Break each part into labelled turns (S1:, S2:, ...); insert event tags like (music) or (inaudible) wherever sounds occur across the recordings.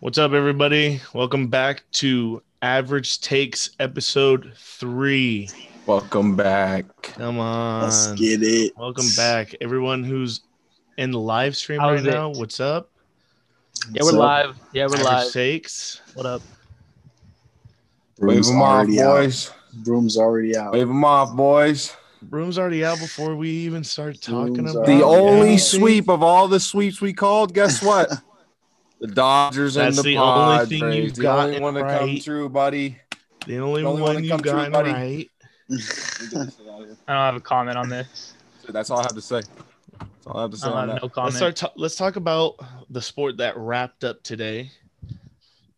S1: What's up, everybody? Welcome back to Average Takes episode three.
S2: Welcome back.
S1: Come on.
S3: Let's get it.
S1: Welcome back. Everyone who's in the live stream
S4: How's
S1: right
S4: it?
S1: now, what's up?
S4: Yeah,
S3: What's
S4: we're
S3: up?
S4: live. Yeah, we're
S1: Average
S4: live.
S1: Takes.
S4: What up?
S2: Wave
S3: Broom's
S2: them off,
S3: already out.
S2: boys.
S3: Broom's already out.
S2: Wave them off, boys.
S1: Room's already out before we even start talking
S3: Room's
S1: about
S3: out.
S2: The
S3: Yeah.
S2: only
S1: anything.
S2: sweep of all the sweeps we called, guess what?
S3: (laughs)
S2: the Dodgers and
S1: That's
S2: the,
S1: the only
S2: Padres.
S1: thing you've
S2: the only
S1: gotten
S2: one to come
S1: right.
S2: through, buddy.
S1: The only,
S2: The only one
S1: one
S2: to
S1: you
S2: come through,
S1: got
S2: buddy.
S1: right.
S4: I don't have a comment on this.
S2: That's all I have to say. That's all I have to
S1: Uh,
S2: say.
S4: I
S2: On
S4: don't have
S2: that.
S4: no
S1: Let's
S4: comment.
S1: start. ta- let's talk about the sport that wrapped up today.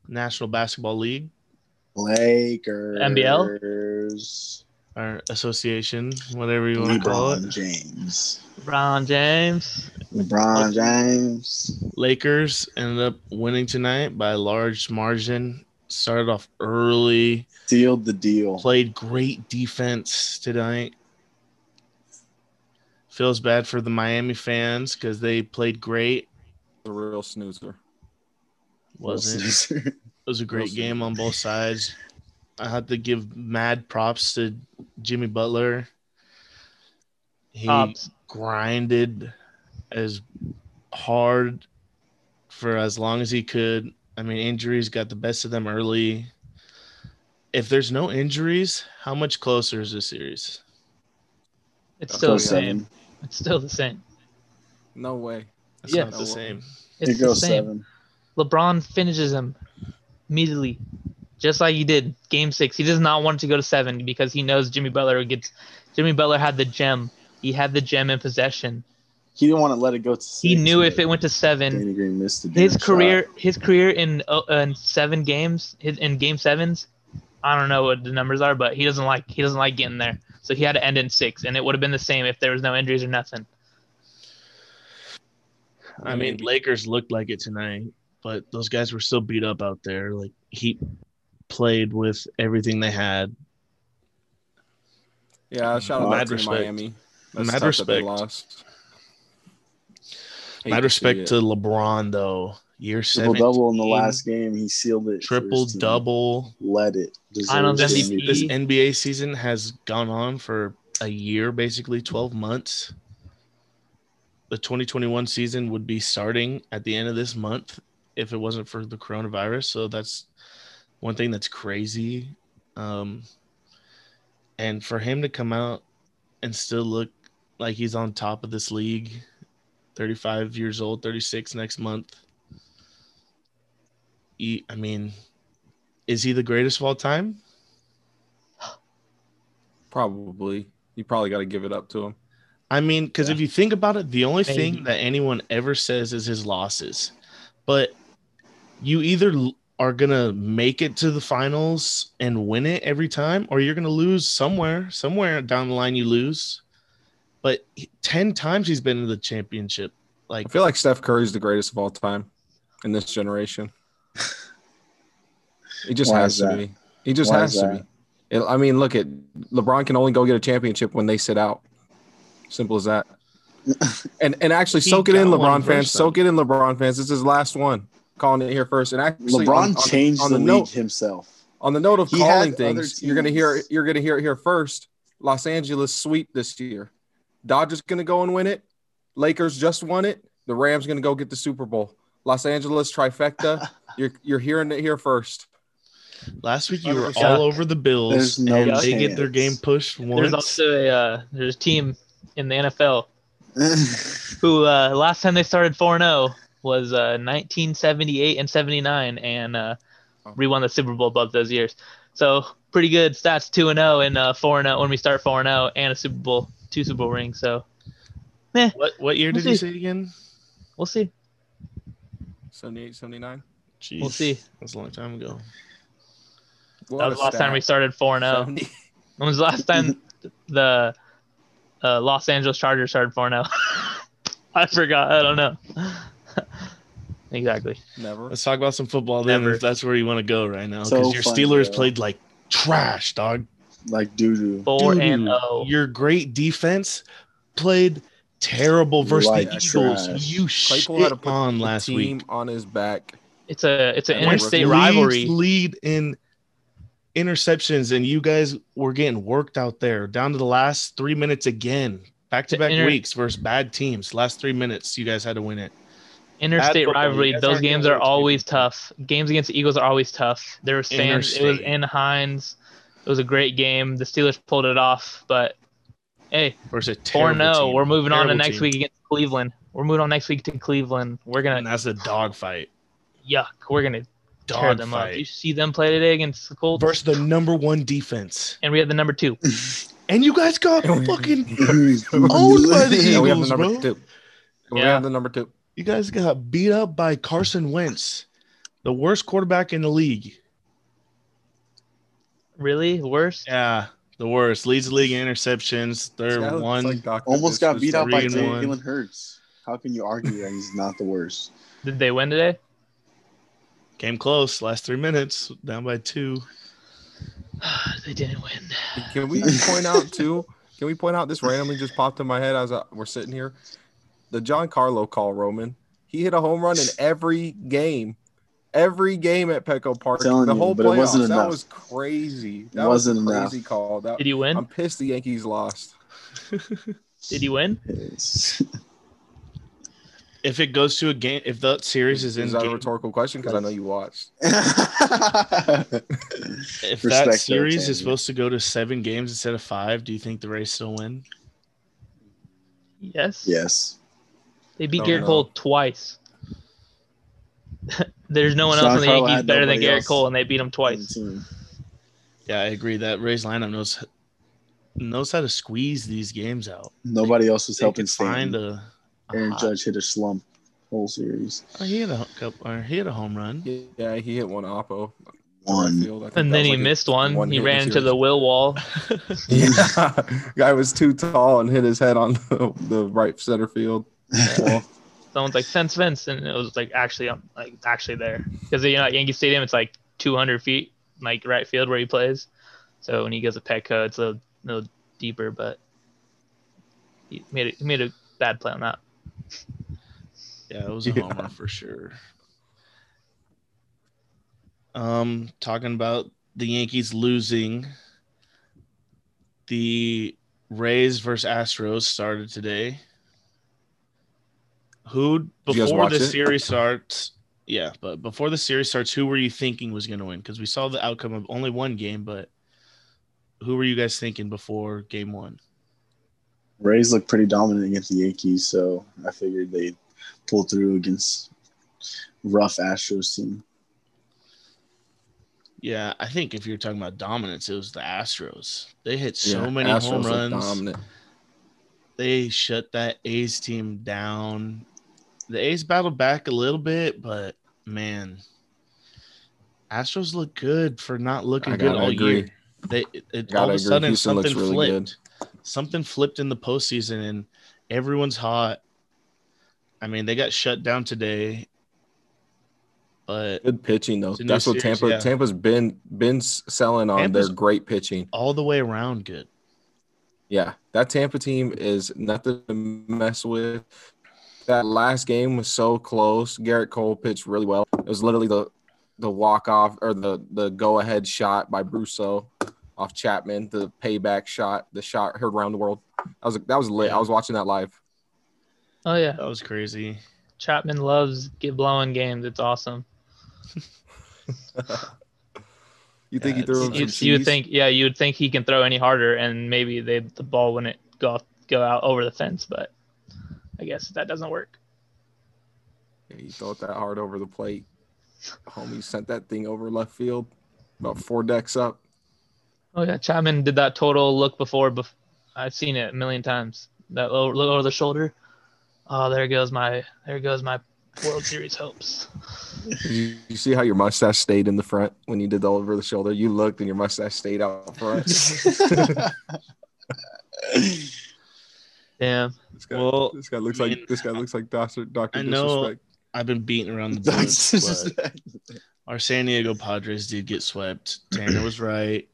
S1: National Basketball League,
S3: (laughs) Lakers.
S4: NBL?
S1: our association, whatever you
S2: Oh
S1: want to call it.
S3: LeBron James.
S4: LeBron James.
S3: LeBron James.
S1: Lakers ended up winning tonight by a large margin. Started off early,
S3: Sealed the deal. (laughs)
S1: played great defense tonight. Feels bad for the Miami fans because they played great.
S2: A real snoozer.
S1: Wasn't it was a great
S2: Wilson.
S1: game on both sides. I had to give mad props to Jimmy Butler. He
S4: Tops.
S1: grinded as hard for as long as he could. I mean, injuries got the best of them early. If there's no injuries, how much closer is this series?
S4: It's
S2: That's
S4: still the
S2: what
S3: Goes
S2: I'm saying.
S4: same.
S3: seven.
S4: It's still the same.
S2: No way.
S1: It's
S4: Yeah.
S1: not the same.
S3: It
S4: It's the
S3: goes
S4: same.
S3: seven.
S4: LeBron finishes him immediately, just like he did game six. He does not want to go to seven because he knows Jimmy Butler gets. Jimmy Butler had the gem. He had the gem in possession.
S3: He didn't want to let it go to six.
S4: He knew if
S3: but
S4: it went to seven,
S3: Danny Green missed the
S4: his
S3: damn
S4: career, his career in uh, in seven games, his in game sevens. I don't know what the numbers are, but he doesn't like he doesn't like getting there. So he had to end in six, and it would have been the same if there was no injuries or nothing.
S1: I mean, Lakers looked like it tonight, but those guys were still beat up out there. Like he played with everything they had.
S2: Yeah, shout out
S1: Mad
S2: to
S1: respect.
S2: Miami.
S1: Mad
S2: That's tough that they
S1: respect.
S2: lost. Hate
S1: Mad
S2: to see
S1: respect
S2: it.
S1: to LeBron though. Year
S3: Triple
S1: seven,
S3: double in the last game. He sealed it. for his
S1: triple
S3: team.
S1: double.
S3: Let it.
S4: I don't
S3: Deserves
S1: this,
S4: MVP.
S1: this NBA season has gone on for a year, basically 12 months. The 2021 season would be starting at the end of this month if it wasn't for the coronavirus. So that's one thing that's crazy. Um, and for him to come out and still look like he's on top of this league, 35 years old, 36 next month. He, I mean, is he the greatest of all time?
S2: Probably. You probably got to give it up to him.
S1: I mean, because if you think about it, the only thing
S4: Maybe.
S1: that anyone ever says is his losses. But you either l- are going to make it to the finals and win it every time, or you're going to lose somewhere. Somewhere down the line, you lose. But he- 10 times he's been in the championship. Like,
S2: I feel like Steph Curry's the greatest of all time in this generation. He just
S3: Why
S2: has
S3: is
S2: to
S3: that?
S2: be. He just
S3: Why
S2: has
S3: is
S2: to
S3: that?
S2: be. It- I mean, look at LeBron can only go get a championship when they sit out. Simple as
S3: (laughs)
S2: that. and and actually,
S1: He
S2: soak it in,
S1: got one
S2: LeBron
S1: first,
S2: fans.
S1: though.
S2: Soak it in, LeBron fans. This is his last one. Calling it here first. And actually,
S3: LeBron
S2: on- on-
S3: changed
S2: on
S3: the,
S2: the
S3: league
S2: note-
S3: himself. (laughs)
S2: on the note of
S3: He had
S2: calling
S3: other
S2: things, you're gonna hear
S3: teams.
S2: you're gonna hear it here first. Los Angeles sweep this year. Dodgers gonna go and win it. Lakers just won it. The Rams gonna go get the Super Bowl. Los Angeles
S3: (laughs)
S2: trifecta. you're you're hearing it here first.
S1: last week, you were
S2: 100%.
S1: all over the Bills,
S3: There's no
S1: and they get their game
S3: chance.
S1: pushed
S4: There's
S1: once.
S4: also a uh, there's a team in the NFL who uh, last time they started 4-0 was uh, 1978 and 79 and uh, we won the super bowl both those years so pretty good stats 2-0 and uh, 4-0 when we start 4-0 and a super bowl two super bowl rings so
S1: What, what year did
S4: Let's
S1: you
S4: see.
S1: say again?
S4: we'll see
S2: 78, 79.
S4: We'll
S1: Jeez,
S4: see.
S1: That's a long time ago.
S2: What
S4: that was
S2: a
S4: the last time we
S2: stat.
S4: started 4-0
S3: (laughs)
S2: Seventy-
S4: when was the last
S1: (laughs)
S4: time the uh, los angeles chargers started 4-0 (laughs) i forgot i don't know (laughs) exactly
S2: Never.
S1: Let's talk about some football then,
S4: Never.
S1: if that's where you want to go right now.
S3: So
S1: Because your
S3: funny,
S1: Steelers
S3: bro.
S1: played like trash, dog.
S3: like doo doo.
S4: 4 and oh.
S1: Dude,
S4: 0
S1: Your great defense played terrible versus
S3: Like
S1: the Eagles.
S3: trash.
S1: You shit
S2: Claypool had to put
S1: on
S2: the
S1: last
S2: team
S1: week.
S2: on his back.
S4: It's a it's an
S2: Where's
S4: interstate
S1: Leagues
S4: rivalry.
S1: Lead in interceptions, and you guys were getting worked out there down to the last three minutes again. Back to back
S4: Inter-
S1: weeks versus bad teams. Last three minutes, you guys had to win it.
S4: Interstate
S1: football,
S4: rivalry.
S1: that's
S4: Those
S1: not
S4: games
S1: gonna
S4: are
S1: work,
S4: always tough. Games against the Eagles are always tough. There was fans. It was
S1: Interstate.
S4: in Hines. It was a great game. The Steelers pulled it off, but hey,
S1: Versus a terrible
S4: four no.
S1: team.
S4: We're moving on to
S1: Terrible
S4: next
S1: team.
S4: week against Cleveland. We're moving on next week to Cleveland. We're
S1: and
S4: gonna
S1: that's a dogfight.
S4: yuck. We're gonna tear them up. You
S1: Dogfight
S4: see them play today against the Colts,
S1: versus the number one defense,
S4: and we have the
S2: (clears throat)
S4: number two.
S1: and you guys got
S2: Oh,
S1: fucking.
S3: Owned
S1: by the
S2: Yeah, we have the
S1: Eagles,
S2: number
S1: bro.
S2: two. And We
S4: Yeah.
S2: have the number two.
S1: You guys got beat up by Carson Wentz, the worst quarterback in the league.
S4: Really worse.
S1: Yeah, the worst. Leads the league in interceptions. They're
S2: It's
S1: one.
S2: like Dr.
S3: Almost got
S2: Seuss
S3: beat out by
S1: three and one.
S3: Jalen Hurts. How can you argue that he's not the worst?
S4: Did they win today? (sighs)
S1: Came close. Last three minutes, down by two.
S4: they didn't win.
S2: Can
S3: (laughs)
S2: we point out too? Can we point out this randomly just popped in my head as I, we're sitting here? The John Carlo call, Roman. He hit a home run in every game, every game at Petco Park.
S3: Telling
S2: the
S3: you,
S2: whole
S3: but it
S2: playoffs.
S3: wasn't
S2: that
S3: enough.
S2: was crazy. That
S3: Wasn't
S2: was a
S3: enough.
S2: crazy call. That,
S4: Did he win?
S2: Uh, I'm pissed the Yankees lost.
S4: Did he win?
S3: It's-
S1: If it goes to a game, if the series is in
S2: Is that a
S1: game,
S2: rhetorical question? Because I know you watched.
S1: if
S3: Respect,
S1: that
S3: though,
S1: series
S3: Tandy.
S1: is supposed to go to seven games instead of five, do you think the Rays still win?
S4: Yes.
S3: yes.
S4: They beat
S2: No,
S4: Garrett
S2: no.
S4: Cole twice. (laughs) There's no one
S3: John
S4: else in the
S3: Carlo
S4: Yankees
S3: had
S4: better than
S3: nobody
S4: Garrett
S3: else.
S4: Cole, and they beat him twice.
S1: Yeah, I agree. That Rays lineup knows knows how to squeeze these games out.
S3: Nobody else was
S1: They
S3: helping
S1: can find
S3: Stanton.
S1: a, a
S3: Aaron
S1: hot-
S3: Judge hit a slump whole series.
S1: Oh, he had a couple, or he had a home run.
S2: Yeah, he hit one oppo.
S3: One.
S2: Field. I think
S4: And
S2: that
S4: then
S2: was
S4: he
S2: like a-
S4: missed one.
S2: one
S4: He
S2: hit
S4: ran
S2: in
S4: into the
S2: series. (laughs)
S4: will wall.
S2: Yeah, (laughs) guy was too tall and hit his head on the, the right center field.
S4: Someone's like, "Sense Vince," and it was like actually, I'm like actually there because you know at Yankee Stadium it's like 200 feet, like right field where he plays. So when he goes to Petco, it's a little deeper, but he made a, he made a bad play on that.
S1: Yeah, it was a
S2: Yeah.
S1: homer for sure. Um, talking about the Yankees losing, the Rays versus Astros started today. Who
S2: Did you guys
S1: before
S2: watch
S1: the
S2: it?
S1: series starts? Yeah, but before the series starts, who were you thinking was going to win? Because we saw the outcome of only one game, but who were you guys thinking before game one?
S3: (laughs) Rays looked pretty dominant against the Yankees, so I figured they'd pull through against rough
S1: (laughs)
S3: Astros team. (laughs)
S1: Yeah, I think if you're talking about dominance, it was the Astros. They hit so
S2: Yeah,
S1: many
S2: Astros
S1: home
S2: looked
S1: runs.
S2: dominant.
S1: they shut that A's team down. The A's battled back a little bit, but man, Astros look good for not looking
S2: I
S1: good
S2: gotta
S1: all
S2: agree.
S1: year. They it,
S2: Gotta
S1: all of
S2: agree.
S1: a sudden
S2: Houston looks
S1: something
S2: really
S1: flipped. Something flipped in the postseason, and everyone's hot. I mean, they got shut down today, but
S2: Good pitching though.
S1: It's a new
S2: That's what
S1: series,
S2: Tampa
S1: yeah.
S2: Tampa's been been s- selling on
S1: Tampa's-
S2: their great pitching.
S1: all the way around, good.
S2: Yeah, that Tampa team is nothing to mess with. That last game was so close. Garrett Cole pitched really well. It was literally the the walk off or the the go ahead shot by Brusso off Chapman, the payback shot, the shot heard around the world. That was that was lit. I was watching that live.
S4: Oh yeah,
S1: That was crazy.
S4: Chapman loves get blowing games. It's awesome.
S2: You think
S1: Yeah,
S2: he threw him
S1: it's-
S4: you,
S2: some
S4: you would
S2: cheese?
S4: think, yeah, you would think he can throw any harder, and maybe they, the ball wouldn't go off, go out over the fence. But I guess that doesn't work.
S2: Yeah, he thought that hard over the plate. Homie sent that thing over left field, about four decks up.
S4: Oh yeah, Chapman did that total look before. Bef- I've seen it a million times. That low, look over the shoulder. Oh, there goes my there goes my World Series hopes.
S2: Did You, you see how your mustache stayed in the front when you did the over the shoulder? You looked and your mustache stayed
S1: (laughs)
S2: out front.
S4: Damn.
S2: This guy,
S1: Well,
S2: this guy looks
S1: I mean,
S2: like this guy looks like Doctor Doctor
S1: I know-
S2: Disrespect.
S1: I've been beating
S3: (laughs)
S1: around the bush, but our San Diego Padres did get swept. Tanner was right.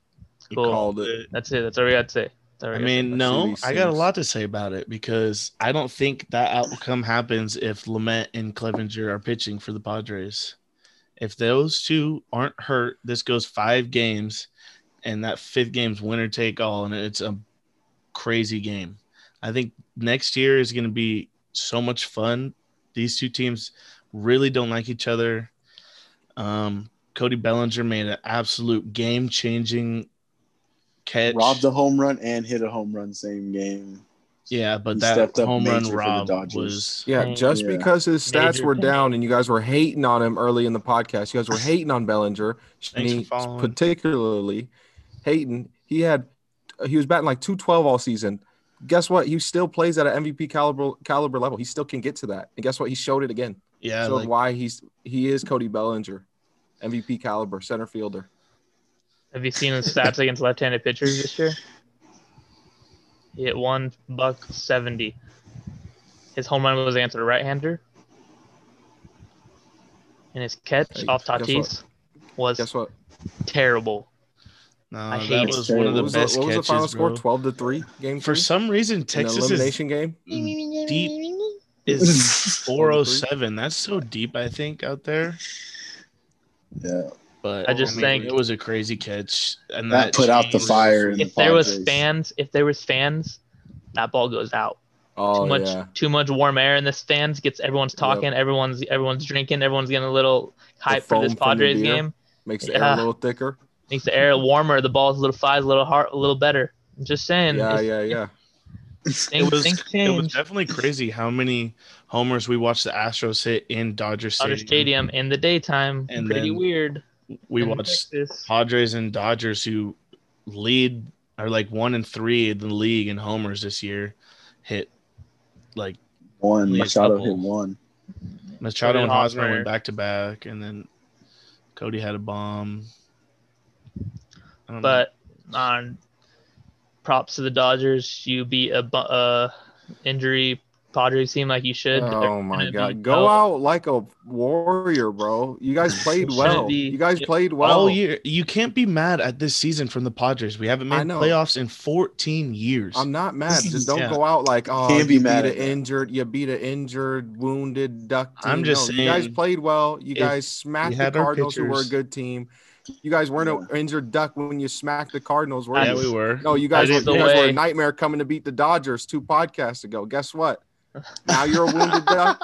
S1: He
S4: Cool.
S2: Called it.
S4: That's it. That's all we got to say. That's all we
S1: I
S4: got to
S1: mean,
S2: see
S1: no,
S2: these
S1: I got a
S2: things.
S1: lot to say about it because I don't think that outcome happens if Lament and Clevenger are pitching for the Padres. If those two aren't hurt, this goes five games, and that fifth game's winner take all, and it's a crazy game. I think next year is going to be so much fun. These two teams really don't like each other. Um, Cody Bellinger made an absolute game changing catch.
S3: Robbed a home run and hit a home run same game.
S1: yeah, but
S3: he
S1: that
S3: stepped up
S1: home run
S3: major for the
S1: rob
S3: Dodgers.
S1: was
S2: Yeah,
S4: Right.
S2: just
S3: Yeah.
S2: because his stats
S4: Major
S2: were down and you guys were hating on him early in the podcast,
S4: (laughs)
S2: you guys were hating on Bellinger, and
S1: for
S2: he-
S1: following.
S2: particularly hating. He had uh, he was batting like 212 all season. Guess what? He still plays at an MVP caliber caliber level. He still can get to that. And guess what? He showed it again.
S1: yeah.
S2: so
S1: like-
S2: why he's he is Cody Bellinger, MVP caliber center fielder.
S4: Have you seen his stats against left-handed pitchers this year? He hit one buck seventy. His home run was against a right-hander, and his catch
S2: Hey,
S4: off
S2: guess what?
S4: Tatis was
S2: Guess what?
S4: terrible.
S1: No,
S4: I hate
S1: that
S4: it.
S1: was one of the
S2: what was
S1: best
S2: what was the
S1: catches,
S2: final score?
S1: bro.
S2: 12 to 3 game
S1: For
S2: two?
S1: some reason,
S2: In the
S1: Texas is,
S2: elimination game.
S1: deep is 407. That's so deep, I think, out there.
S3: yeah.
S1: But
S4: I just think-
S1: it was a crazy catch, and
S3: That
S1: that,
S3: put out the
S1: changed-
S3: fire. In
S4: If
S3: the
S4: there was
S3: Padres.
S4: fans, if there was fans, that ball goes out.
S2: Oh
S4: too much
S2: yeah.
S4: too much warm air in the stands gets everyone's talking everyone's everyone's drinking everyone's getting a little hype for
S2: foam
S4: this
S2: from the
S4: padres
S2: beer.
S4: game
S2: Makes the air
S4: Yeah.
S2: a little thicker.
S4: makes the air warmer the ball's a little flies a little hard a little better i'm just saying
S2: yeah,
S4: it's-
S2: yeah, yeah.
S4: things,
S1: It was-
S4: things
S1: It was
S4: change
S1: definitely crazy how many homers we watched the Astros hit in Dodger Stadium.
S4: Dodger Stadium in the daytime,
S1: And
S4: pretty
S1: then
S4: weird.
S1: We
S4: in
S1: watched
S4: Texas.
S1: Padres and Dodgers who lead are like one and three in the league in homers this year. Hit like
S3: (laughs) one.
S1: Only a
S3: Machado
S1: couple.
S3: hit one.
S1: Machado
S4: Cody
S1: and Hosmer
S4: Hosmer.
S1: went back to back, and then Cody had a bomb. I don't know.
S4: but on props to the Dodgers, you beat a bu- uh, injury Padres team like you should.
S2: Oh
S4: They're
S2: my
S4: gonna
S2: god.
S4: be
S2: Go
S4: tough.
S2: out like a warrior, bro. You guys played
S4: Shouldn't
S2: well.
S4: be-
S2: You guys
S4: yeah,
S2: played well.
S1: all year. You can't be mad at this season from the Padres. We haven't
S2: I
S1: made
S2: know.
S1: playoffs in 14 years.
S2: I'm
S1: (laughs)
S2: not mad. Just don't
S1: Yeah.
S2: go out like oh
S3: Can't be
S2: you
S3: mad
S2: beat
S3: at
S2: an
S3: that.
S2: injured, you beat an injured, wounded duck team.
S1: I'm just
S2: you guys
S1: saying,
S2: played well. You
S1: if
S2: guys smacked the
S1: had our
S2: Cardinals, who were a
S1: pitchers-
S2: good team. You guys weren't an injured duck when you smacked the Cardinals, were
S1: yeah,
S2: you?
S1: we were.
S2: No, you guys, were,
S4: That
S2: you
S4: is the
S2: guys were a
S4: way.
S2: nightmare coming to beat the Dodgers two podcasts ago.
S1: (laughs)
S2: Guess what? Now you're a wounded duck.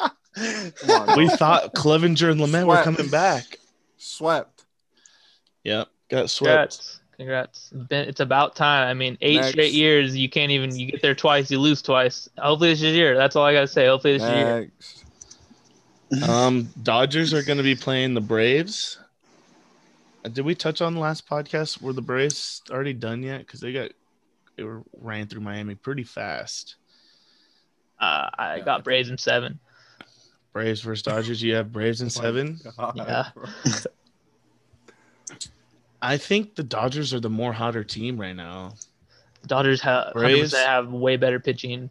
S2: Come on,
S1: we
S2: bro.
S1: thought Clevenger and Lament were
S2: Swept.
S1: coming back.
S2: swept.
S1: Yep, got swept.
S4: Congrats. Congrats. It's been- it's about time. I mean, eight
S2: Next.
S4: straight years, you can't even you get there twice, you lose twice. Hopefully this is your year. That's all I gotta say. Hopefully this is your year.
S2: Next.
S1: Um, Dodgers are going to be playing the Braves. Uh, Did we touch on the last podcast? Were the Braves already done yet? Because they got they were ran through Miami pretty fast.
S4: Uh, I
S2: Yeah, I
S4: got
S2: think-
S4: Braves in seven.
S1: Braves versus Dodgers. You have Braves in seven.
S2: (laughs) God,
S4: Yeah.
S2: bro.
S1: I think the Dodgers are the more hotter team right now.
S4: Dodgers have
S1: Braves.
S4: have way better pitching.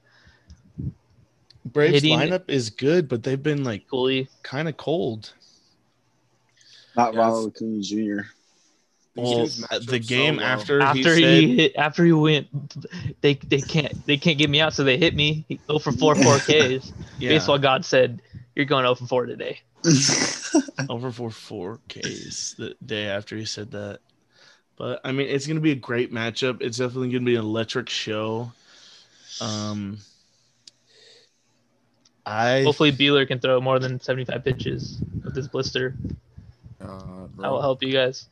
S1: Braves
S4: Hitting-
S1: lineup is good, but they've been like
S4: Coolly.
S1: kind of cold.
S3: Not
S2: Yes.
S3: Ronald Acuna Jr.
S2: These
S1: Well,
S2: dudes match up
S1: the
S2: so
S1: game
S2: well.
S1: after,
S4: After
S1: he
S2: (laughs)
S1: said,
S4: he hit, after he went, they they can't they can't get me out, so they hit me. He go for four four Ks.
S1: yeah,
S4: Baseball God said, "You're going 0 for four today."
S1: over for four Ks the day after he said that. But I mean, it's gonna be a great matchup. It's definitely gonna be an electric show. Um, I
S4: Hopefully Beeler can throw more than 75 pitches with this blister.
S2: God,
S4: That will
S2: bro.
S4: help you guys.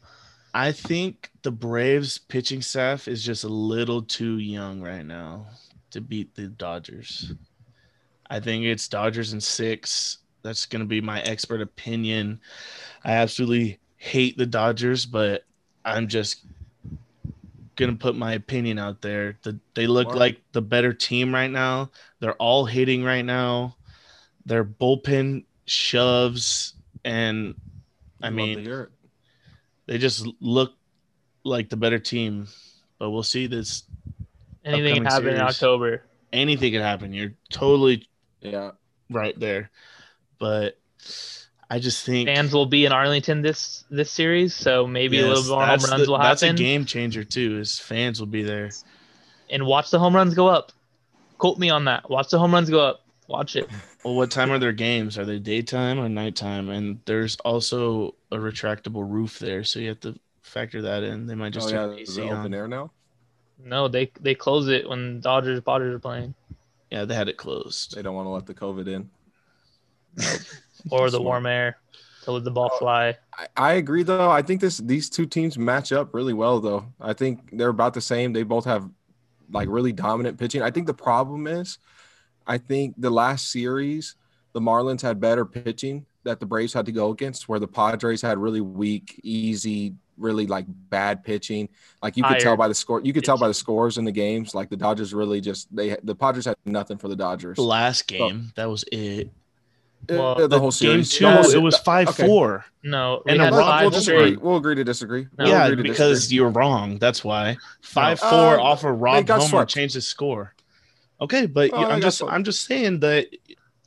S1: I think the Braves pitching staff is just a little too young right now to beat the Dodgers. I think it's Dodgers in six. That's going to be my expert opinion. I absolutely hate the Dodgers, but I'm just going to put my opinion out there. The, they look
S2: Mark.
S1: like the better team right now. They're all hitting right now. Their bullpen shoves and I
S2: Love
S1: mean,
S2: to hear it.
S1: they just look like the better team. But we'll see this.
S4: Anything can
S1: Upcoming
S4: happen in
S1: series.
S4: October.
S1: Anything can happen. You're totally
S2: yeah.
S1: right there. But I just think
S4: fans will be in Arlington this this series, so maybe a
S1: Yes,
S4: little more home
S1: that's
S4: runs
S1: the-
S4: will
S1: that's
S4: happen.
S1: a game changer too. Is fans will be there.
S4: And watch the home runs go up. Quote me on that. Watch the home runs go up. Watch it.
S1: Well, what time are their games? Are they daytime or nighttime? And there's also a retractable roof there, so you have to factor that in. They might just
S2: oh
S1: turn
S2: yeah,
S1: the
S2: is
S1: AC
S2: it open
S1: on.
S2: air now?
S4: No, they they close it when Dodgers Dodgers are playing
S1: Yeah, they had it closed.
S2: They don't want to let the COVID in.
S4: or the
S2: Smart.
S4: warm air to let the ball fly.
S2: I, I agree though. I think this these two teams match up really well though. I think they're about the same. They both have like really dominant pitching. I think the problem is I think the last series the Marlins had better pitching that the Braves had to go against where the Padres had really weak, easy, really like bad pitching. Like you could tell
S4: Tired
S2: by the score, you could tell by the scores in the games like the Dodgers really just they the Padgers had nothing for the Dodgers.
S1: The last game, that was it.
S4: Well,
S2: Uh, the whole
S1: Game
S2: series.
S1: two,
S2: No,
S1: it was five four.
S4: No, we
S1: And a
S4: had
S1: run-
S2: We'll, we'll
S4: five
S2: disagree.
S4: straight.
S2: We'll agree to disagree. We'll
S1: yeah,
S2: agree to
S1: because
S2: disagree.
S1: you're wrong. That's why five four
S2: Uh,
S1: off a Rob
S2: got
S1: Homer
S2: swept.
S1: changed the score. Okay, but
S2: Oh,
S1: you-
S2: they
S1: I'm
S2: got
S1: just
S2: swept.
S1: I'm just saying that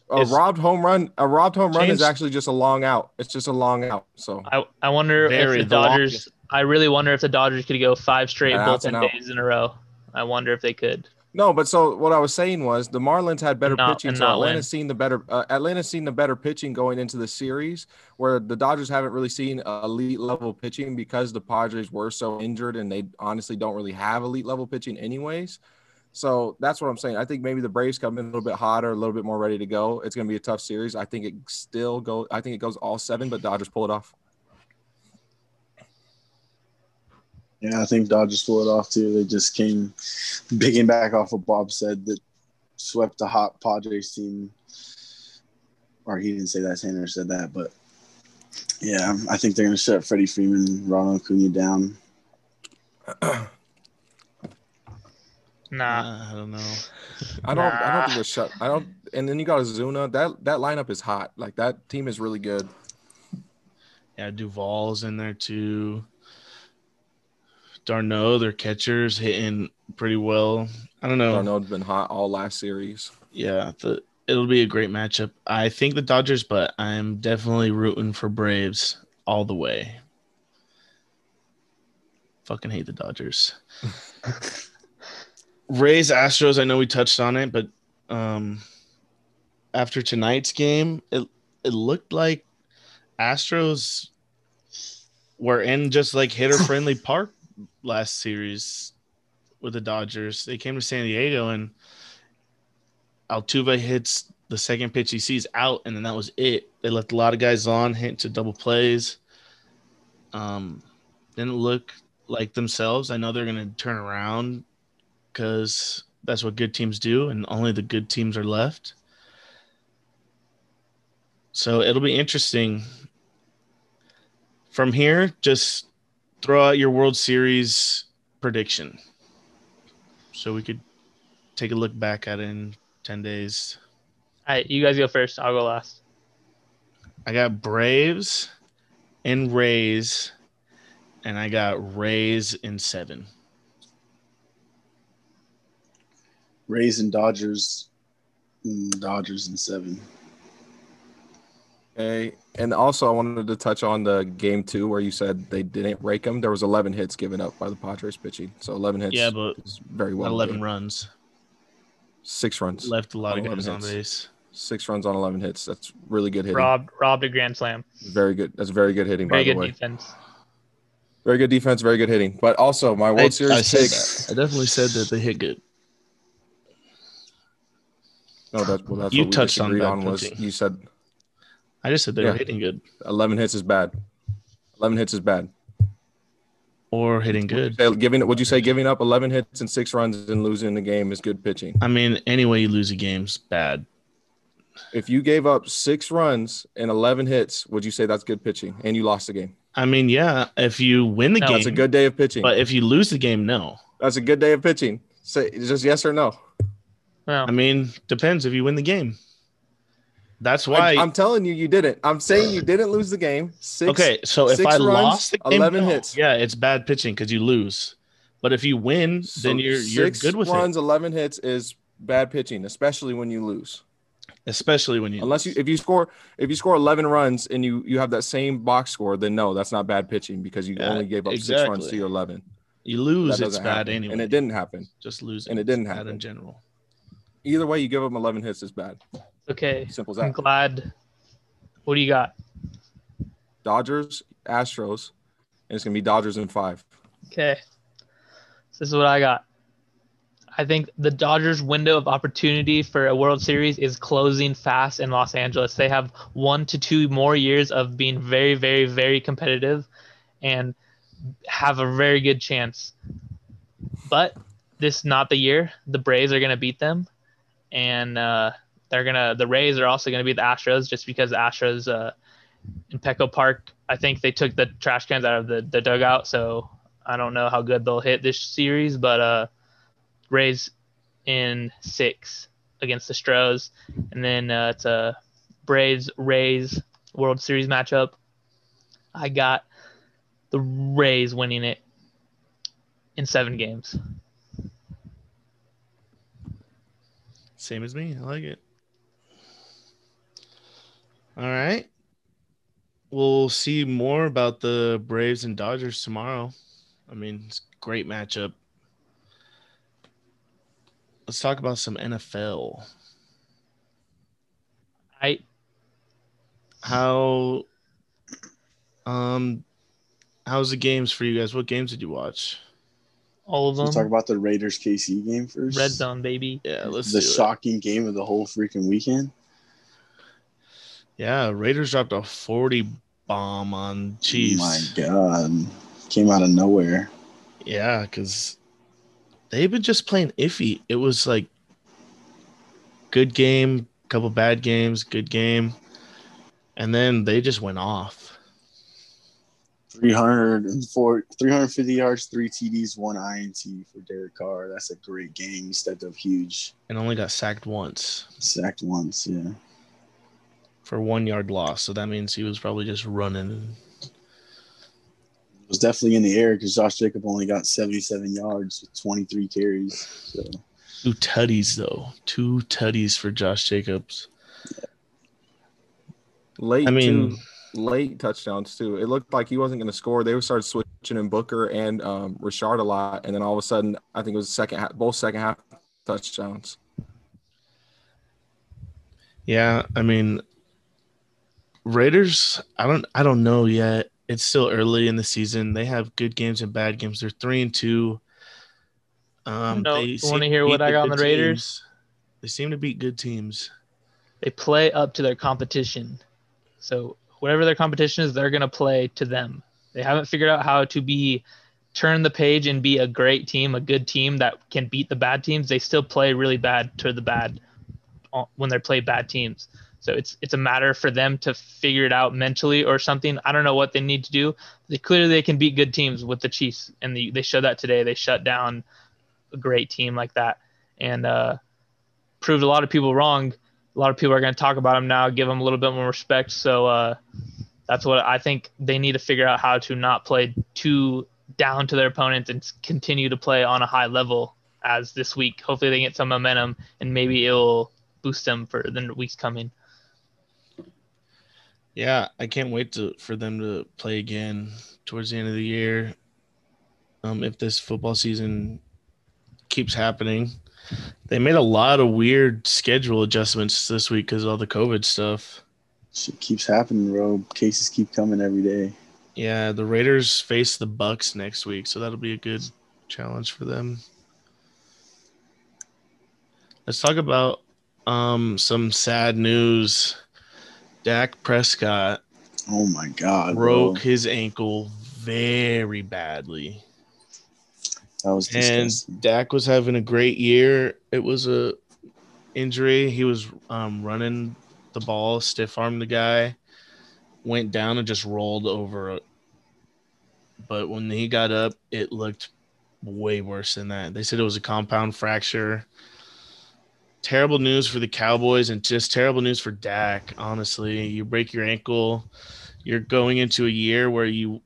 S2: a
S1: It's-
S2: robbed home run a robbed home run is
S1: Changed-
S2: actually just a long out it's just a long out so
S4: I, I wonder
S1: Very,
S4: if the
S1: the
S4: Dodgers.
S1: longest.
S4: I really wonder if the Dodgers could go five straight
S2: Yeah, that's an
S4: bullpen
S2: out.
S4: days in a row. I wonder if they could.
S2: no but so what i was saying was the marlins had better
S4: Not-
S2: pitching
S4: and
S2: so
S4: not win.
S2: atlanta's seen the better uh, atlanta's seen the better pitching going into the series where the dodgers haven't really seen uh, elite level pitching because the padres were so injured and they honestly don't really have elite level pitching anyways so that's what i'm saying i think maybe the braves come in a little bit hotter a little bit more ready to go it's going to be a tough series i think it still go i think it goes all seven but dodgers pull it off
S3: (laughs) Yeah, I think Dodgers pulled it off too. They just came picking back off what Bob said that swept the hot Padres team. Or he didn't say that. Tanner said that, but yeah, I think they're gonna shut Freddie Freeman, and Ronald Acuna down.
S4: Nah,
S1: uh, I don't know.
S2: I don't. I don't
S4: Nah.
S2: think they're shut. I don't. And then you got Azuna. That that lineup is hot. Like that team is really good.
S1: Yeah, Duval's in there too. Darno, their catcher's hitting pretty well. I don't know.
S2: Darnold's been hot all last series.
S1: Yeah, the, it'll be a great matchup. I think the Dodgers, but I'm definitely rooting for Braves all the way. Fucking hate the Dodgers. Rays Astros, I know we touched on it, but um after tonight's game, it it looked like Astros were in just like hitter friendly park last series with the Dodgers. They came to San Diego and Altuve hits the second pitch he sees out, and then that was it. They left a lot of guys on, hit to double plays. Um, didn't look like themselves. I know they're going to turn around because that's what good teams do, and only the good teams are left. So it'll be interesting. From here, just throw out your World Series prediction so we could take a look back at it in 10 days.
S4: all right, you guys go first. I'll go last.
S1: I got Braves and Rays, and I got Rays in seven.
S3: Rays and Dodgers, mm, Dodgers and seven.
S2: Okay. And also, I wanted to touch on the game two where you said they didn't rake him. There was 11 hits given up by the Padres pitching. So 11 hits.
S1: yeah, but
S2: is very well.
S1: 11
S2: given.
S1: runs.
S2: Six runs.
S1: Left a lot of
S2: 11
S1: guys on
S2: hits.
S1: base.
S2: Six runs on 11 hits. That's really good hitting.
S4: Rob robbed a grand slam.
S2: Very good. That's very good hitting.
S4: Very
S2: by
S4: good
S2: the way,
S4: defense.
S2: very good defense. Very good hitting. But also, my World Series pick.
S1: that. I definitely said that they hit good.
S2: No, that's Oh, well, that's
S1: You
S2: what we
S1: touched on
S2: disagreed
S1: bad
S2: on was
S1: pitching.
S2: you said
S1: I just said they
S2: Yeah.
S1: were hitting good
S2: 11 hits is bad. 11 hits is bad.
S1: or hitting good.
S2: Say- Giving would you say giving up 11 hits and six runs and losing the game is good pitching?
S1: I mean, any way you lose a game's bad.
S2: If you gave up six runs and 11 hits, would you say that's good pitching and you lost the game?
S1: I mean, yeah, if you win the
S4: No,
S1: game,
S2: That's a good day of pitching.
S1: but if you lose the game, no.
S2: That's a good day of pitching. Say just yes or no.
S4: Well,
S1: I mean, depends if you win the game. That's why
S2: I'm, I'm telling you, you didn't. I'm saying you didn't lose the game. Six.
S1: Okay, so if
S2: six
S1: I
S2: runs,
S1: lost the game,
S2: 11
S1: no.
S2: hits.
S1: yeah, it's bad pitching because you lose. But if you win,
S2: so
S1: then you're you're
S2: six
S1: good with
S2: runs, 11 hits is bad pitching, especially when you lose.
S1: it, especially when you
S2: Unless you if you score if you score 11 runs and you you have that same box score, then no, that's not bad pitching because you
S1: Yeah,
S2: only gave up six runs to
S1: exactly.
S2: your 11.
S1: you
S2: That
S1: lose. It's
S2: doesn't
S1: bad
S2: happen.
S1: anyway,
S2: And it didn't happen.
S1: just losing.
S2: and it didn't
S1: It's bad
S2: happen.
S1: in general.
S2: Either way, you give them 11 hits is bad.
S4: Okay.
S2: Simple as
S4: I'm
S2: that.
S4: glad. What do you got?
S2: Dodgers, Astros, and it's gonna be Dodgers in five.
S4: Okay. This is what I got. I think the Dodgers' window of opportunity for a World Series is closing fast in Los Angeles. They have one to two more years of being very, very, very competitive and have a very good chance. But this is not the year. The Braves are going to beat them. And uh, they're going to, the Rays are also going to beat the Astros just because the Astros uh, in Petco Park, I think they took the trash cans out of the, the dugout. So I don't know how good they'll hit this series, but uh, Rays in six against the Stros, and then uh, it's a Braves Rays World Series matchup. I got the Rays winning it in seven games.
S1: Same as me. I like it. All right. We'll see more about the Braves and Dodgers tomorrow. I mean, it's a great matchup. Let's talk about some NFL.
S4: I
S1: How um how's the games for you guys? What games did you watch?
S4: all of
S3: Let's talk
S4: them
S3: about the Raiders KC game first.
S4: Um, red zone baby.
S1: Yeah, let's
S3: the
S1: do it.
S3: shocking game of the whole freaking weekend.
S1: Yeah, Raiders dropped a 40 bomb on
S3: Oh
S1: Chiefs.
S3: My God, came out of nowhere.
S1: Yeah, because they've been just playing iffy. It was like good game, couple bad games, good game, and then they just went off.
S3: 304, 350 yards, three TDs, one INT for Derek Carr. That's a great game. He stepped up huge,
S1: and only got sacked once
S3: sacked once. Yeah,
S1: for one yard loss. So that means he was probably just running.
S3: it was definitely in the air because Josh Jacob only got 77 yards with 23 carries. So
S1: Two tutties though, two tutties for Josh Jacobs.
S2: Late
S1: I mean,
S2: two, late touchdowns too. It looked like he wasn't gonna score. They started switching in Booker and um, Richard a lot, and then all of a sudden, I think it was second half, both second half touchdowns.
S1: yeah, I mean, Raiders. I don't, I don't know yet. It's still early in the season. They have good games and bad games. They're three and two. Um,
S4: No,
S1: they
S4: you
S1: seem
S4: wanna hear
S1: beat
S4: what I got on
S1: good
S4: the Raiders?
S1: teams. They seem to beat good teams.
S4: They play up to their competition. So whatever their competition is, they're gonna play to them. They haven't figured out how to be turn the page and be a great team, a good team that can beat the bad teams. They still play really bad to the bad uh, when they play bad teams. So it's it's a matter for them to figure it out mentally or something. I don't know what they need to do. They clearly they can beat good teams with the Chiefs, and the, they showed that today. They shut down a great team like that and uh, proved a lot of people wrong. A lot of people are going to talk about them now, give them a little bit more respect. So uh, that's what I think they need to figure out how to not play too down to their opponents and s- continue to play on a high level as this week. Hopefully they get some momentum and maybe it'll boost them for the weeks coming.
S1: Yeah, I can't wait to for them to play again towards the end of the year. Um, if this football season keeps happening, they made a lot of weird schedule adjustments this week because of all the COVID stuff.
S3: shit keeps happening, bro. Cases keep coming every day.
S1: Yeah, the Raiders face the Bucks next week, so that'll be a good challenge for them. Let's talk about um, some sad news. Dak Prescott
S3: Oh my God, bro.
S1: broke his ankle very badly.
S3: That was disgusting.
S1: and Dak was having a great year. It was a injury. He was um, running the ball, stiff armed the guy, went down and just rolled over. But when he got up, it looked way worse than that. They said it was a compound fracture. Terrible news for the Cowboys and just terrible news for Dak. Honestly, you break your ankle, you're going into a year where you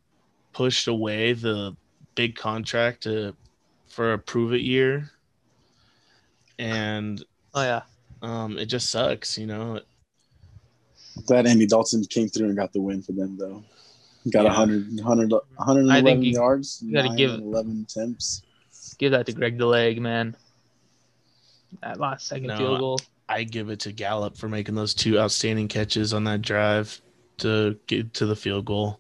S1: pushed away the big contract to for a prove it year. And
S4: Oh yeah.
S1: um, it just sucks, you know.
S3: Glad Andy Dalton came through and got the win for them, though. Got a
S1: Yeah.
S3: 100, 100,
S4: I
S3: 111
S4: think you-
S3: yards,
S4: you gotta
S3: nine
S4: give-
S3: and 11 attempts.
S4: Give that to Greg the leg, man. that last second
S1: No,
S4: field goal.
S1: I give it to Gallup for making those two outstanding catches on that drive to get to the field goal.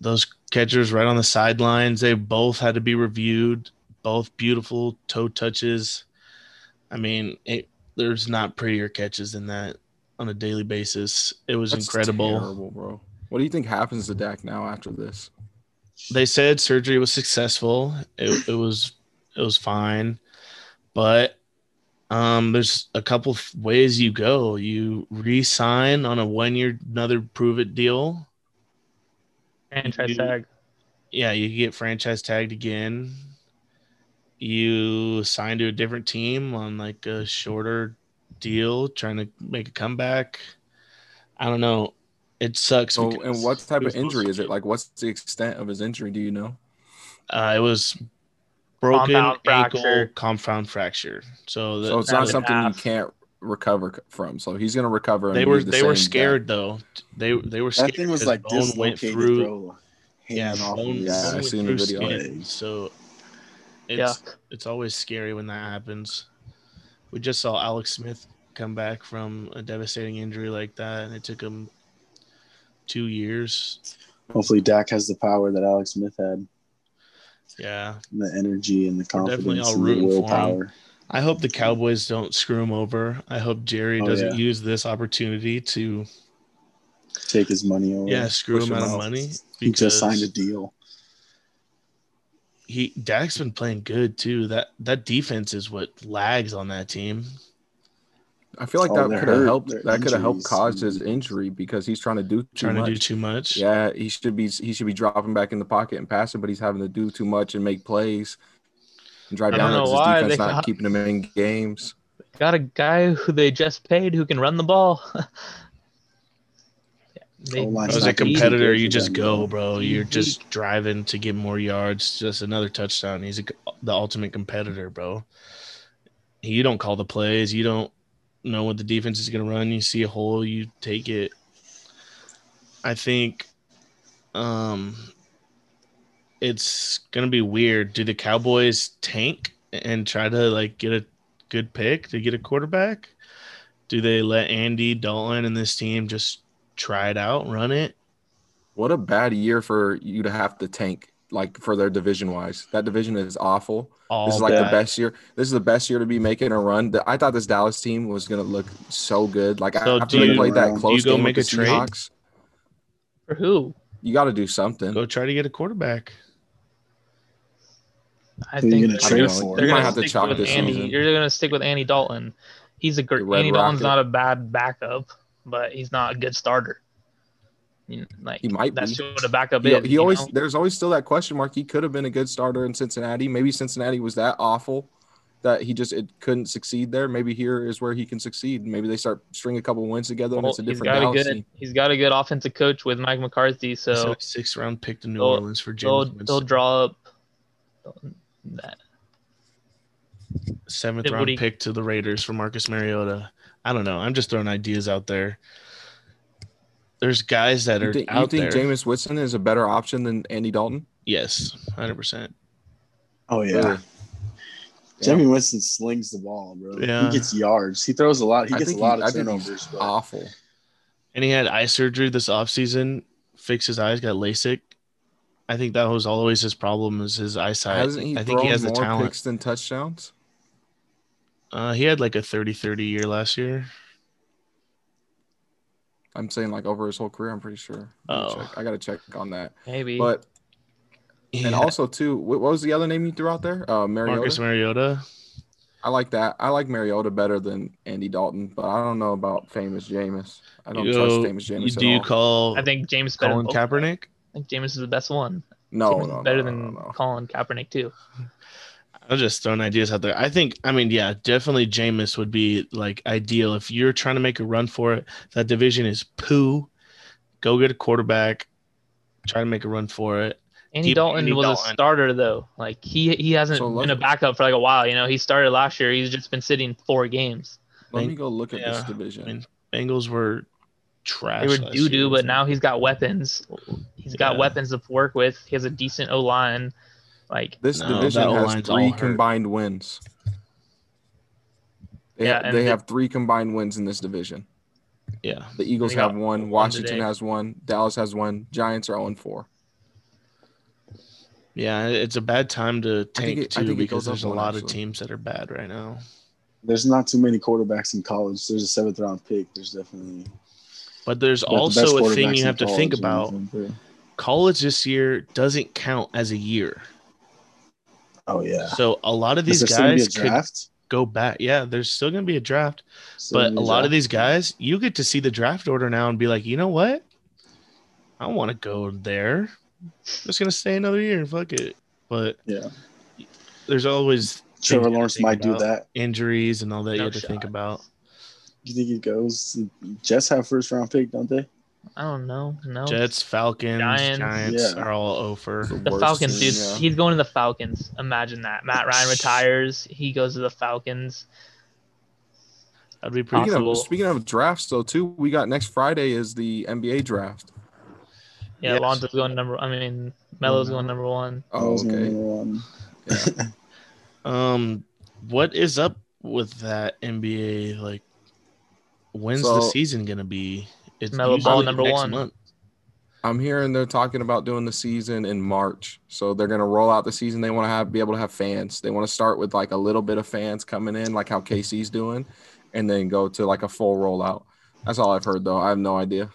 S1: Those catchers right on the sidelines, they both had to be reviewed, both beautiful toe touches. I mean, it, there's not prettier catches than that on a daily basis. It was
S2: That's
S1: incredible.
S2: terrible, bro. What do you think happens to Dak now after this?
S1: They said surgery was successful. It, it was it was fine, but um, there's a couple f- ways you go. You re-sign on a one-year, another prove-it deal.
S4: Franchise
S3: you-
S4: tag.
S1: Yeah, you get franchise tagged again. You sign to a different team on like a shorter deal, trying to make a comeback. I don't know. It sucks.
S2: So,
S1: because
S2: and what type
S1: it was
S2: of injury is
S1: mostly-
S2: it? Like, what's the extent of his injury? Do you know?
S1: Uh, it was broken
S4: Compound
S1: ankle
S4: fracture.
S1: compound fracture. So, the, uh,
S2: So it's
S4: That
S2: not
S4: was
S2: something you
S4: half.
S2: can't recover c- from. So he's gonna recover. And
S1: they were
S2: be the
S1: they were
S2: same
S1: scared though. They they were scared
S3: That thing was
S1: 'cause
S3: like
S1: bone went
S3: dislocated,
S1: through.
S3: bro.
S1: Yeah,
S3: Hanging off of
S1: bone,
S3: his-
S2: Yeah, I
S1: bone went
S2: seen the
S1: through
S2: video.
S1: skin. So it's it's always scary when that happens. We just saw Alex Smith come back from a devastating injury like that, and it took him two years.
S3: Hopefully, Dak has the power that Alex Smith had,
S1: Yeah,
S3: and the energy and the
S1: We're definitely
S3: confidence
S1: all
S3: and the
S1: rooting for him.
S3: willpower.
S1: I hope the Cowboys don't screw him over. I hope Jerry
S3: Oh,
S1: doesn't
S3: yeah.
S1: use this opportunity to
S3: Take his money away.
S1: yeah screw
S2: Push
S1: him
S2: him
S1: out of
S2: out.
S1: money
S3: he
S1: because
S3: just signed a deal.
S1: he Dak's been playing good too. That that defense is what lags on that team.
S2: guy. I feel like
S3: Oh,
S2: that
S3: they're
S2: could have
S3: hurt.
S2: helped.
S3: They're
S2: That could have helped
S3: injuries.
S2: cause his injury because he's trying to do too
S1: Trying to
S2: much.
S1: do too much.
S2: Yeah, he should be he should be dropping back in the pocket and passing, but he's having to do too much and make plays and drive
S4: I
S2: down
S4: don't know
S2: because
S4: why
S2: his defense
S4: they
S2: not
S4: got-
S2: keeping him in games.
S4: Got a guy who they just paid who can run the ball. (laughs) They-
S3: Oh, line's
S1: As
S3: not
S1: a
S3: gonna be
S1: competitor,
S3: good
S1: you
S3: for
S1: just
S3: them,
S1: go,
S3: though.
S1: bro. You're just driving to get more yards. Just another touchdown. He's a, the ultimate competitor, bro. You don't call the plays. You don't know what the defense is going to run. You see a hole, you take it. I think um, it's going to be weird. Do the Cowboys tank and try to like get a good pick to get a quarterback? Do they let Andy Dalton and this team just try it out, run it?
S2: What a bad year for you to have to tank like for their division wise. That division is awful.
S1: all
S2: This is like the
S1: bad.
S2: best year. This is the best year to be making a run. The- I thought this Dallas team was gonna look so good. Like
S1: So
S2: after
S1: do
S2: they
S1: you-
S2: played
S3: do
S2: that
S3: you
S2: close
S1: go
S2: game
S1: make
S2: with
S1: a
S2: the
S1: trade?
S2: Seahawks,
S4: For who?
S2: you got to do something.
S1: Go try to get a quarterback.
S4: I
S3: Who you
S4: think
S3: gonna
S4: they're
S2: trade
S4: gonna-
S3: for?
S4: they're
S3: You
S2: might
S4: gonna
S2: have to
S4: stick
S2: chalk
S4: with
S2: this
S4: Andy.
S2: season.
S4: You're gonna stick with Andy Dalton. He's a great.
S2: The Red
S4: Andy Dalton's
S2: Rocket.
S4: not a bad backup, but he's not a good starter. You know, like
S2: He might
S4: that's
S2: be.
S4: what a backup
S2: He,
S4: is.
S2: he
S4: you
S2: always
S4: know?
S2: there's always still that question mark. He could have been a good starter in Cincinnati. Maybe Cincinnati was that awful that he just it couldn't succeed there. Maybe here is where he can succeed. Maybe they start string a couple wins together and
S4: Well,
S2: it's a
S4: he's
S2: different
S4: got a
S2: Dallas
S4: good.
S2: team.
S4: He's got a good offensive coach with Mike McCarthy,
S1: They sent
S4: so
S1: a sixth round pick to New
S4: they'll-
S1: Orleans for
S4: they'll
S1: James
S4: they'll
S1: Winston.
S4: draw up. That.
S1: Seventh
S4: Did
S1: round
S4: Woody-
S1: pick to the Raiders for Marcus Mariota. I don't know. I'm just throwing ideas out there. There's guys that are
S2: You think, you
S1: out
S2: think
S1: there.
S2: Jameis Whitson is a better option than Andy Dalton?
S1: yes, hundred percent.
S3: Oh yeah.
S2: Really?
S3: Jimmy Winston slings the ball, bro.
S1: Yeah.
S3: He gets yards. He throws a lot. He
S2: I
S3: gets a
S2: think
S3: lot
S2: he- I
S3: of
S2: think he's
S3: turnovers. But
S2: Awful.
S1: And he had eye surgery this offseason. Fixed his eyes. Got LASIK. I think that was always his problem is his eyesight.
S2: Hasn't he
S1: I think
S2: thrown
S1: he has the
S2: more
S1: talent.
S2: picks than touchdowns?
S1: Uh, he had like a 30-30 year last year.
S2: I'm saying like over his whole career. I'm pretty sure. Let me
S1: Oh.
S2: check. I gotta check on that.
S4: Maybe.
S2: But
S1: He
S2: and
S1: had
S2: also too, wh- what was the other name you threw out there? Uh, Mariota.
S1: Marcus Mariota.
S2: I like that. I like Mariota better than Andy Dalton, but I don't know about famous Jameis. I don't
S1: You-
S2: trust famous Jameis at
S1: Do you
S2: all.
S1: call
S4: I think James is better.
S1: Colin
S4: than both.
S1: Kaepernick?
S4: I think James is the best one.
S2: no,
S4: James
S2: no,
S4: is
S2: no,
S4: better
S2: no,
S4: than
S2: no, no.
S4: Colin Kaepernick too.
S1: I'm just throwing ideas out there. I think, I mean, yeah, definitely Jameis would be like ideal if you're trying to make a run for it. That division is poo. Go get a quarterback. Try to make a run for it.
S4: Andy
S1: Keep
S4: Dalton
S1: Andy
S4: was
S1: Dalton.
S4: a starter though. Like he he hasn't
S2: So
S4: been
S2: let's-
S4: a backup for like a while. You know, he started last year. He's just been sitting four games.
S2: Let me go look at this
S1: Yeah,
S2: division.
S1: I mean, Bengals were trash.
S4: They were
S1: last
S4: doo doo,
S1: year.
S4: but now he's got weapons. He's got
S1: Yeah.
S4: weapons to work with. He has a decent O line. Like
S2: this
S1: No,
S2: division
S1: that
S2: has
S1: O-line's all
S2: three
S1: hurt.
S2: combined wins. They,
S4: Yeah,
S2: ha-
S4: and
S2: they
S4: the-
S2: have three combined wins in this division.
S1: Yeah.
S2: The Eagles have
S4: got
S2: one,
S4: one
S2: Washington
S4: today.
S2: has one, Dallas has one, Giants are 0 4.
S1: Yeah, it's a bad time to tank
S2: it- I
S1: too
S2: think it
S1: because
S2: goes up
S1: there's a
S2: one,
S1: lot of
S2: actually.
S1: teams that are bad right now.
S3: There's not too many quarterbacks in college. There's a seventh round pick. There's definitely
S1: But there's
S3: but the best
S1: also a thing
S3: quarterbacks
S1: you
S3: in
S1: have to think
S3: college are
S1: about.
S3: in the NFL.
S1: College this year doesn't count as a year.
S3: Oh yeah,
S1: So a lot of these
S3: Is there still gonna be
S1: guys
S3: a
S1: could
S3: draft?
S1: go back. Yeah, there's still going to be a draft.
S3: Still
S1: But
S3: gonna
S1: a
S3: be
S1: lot of
S3: draft?
S1: these guys, you get to see the draft order now and be like, you know what? I want to go there. I'm just going to stay another year. Fuck it. But
S3: Yeah,
S1: there's always
S3: Trevor
S1: things you
S3: Lawrence
S1: think
S3: might do
S1: about.
S3: that.
S1: injuries and all that you
S4: No
S1: have to
S4: shot.
S1: think about.
S3: Do you think he goes? Jets have first round pick, don't they?
S4: I don't know. No.
S1: Jets, Falcons,
S4: Giants.
S1: Giants,
S3: Yeah.
S1: are all over.
S4: The
S2: Worst
S4: Falcons,
S3: team,
S4: dude.
S2: yeah.
S4: He's going to the Falcons. Imagine that. Matt Ryan retires. He goes to the Falcons.
S1: That'd be pretty
S2: Speaking
S1: cool.
S2: of,
S4: Possible.
S2: speaking of drafts, though, too, we got next Friday is the NBA draft.
S4: Yeah,
S1: Yes.
S4: Lonzo's going number. I mean,
S1: Mm-hmm.
S4: Melo's going number one.
S2: Oh,
S3: Those are the
S2: okay.
S3: one.
S1: Um, what is up with that NBA? Like, when's the
S2: So-
S1: season gonna be? It's
S4: Melo Ball
S1: usually
S4: number
S1: next
S4: one.
S1: month.
S2: I'm hearing they're talking about doing the season in March. So they're going to roll out the season. They want to have be able to have fans. They want to start with like a little bit of fans coming in, like how KC's doing, and then go to like a full rollout. That's all I've heard, though. I have no idea.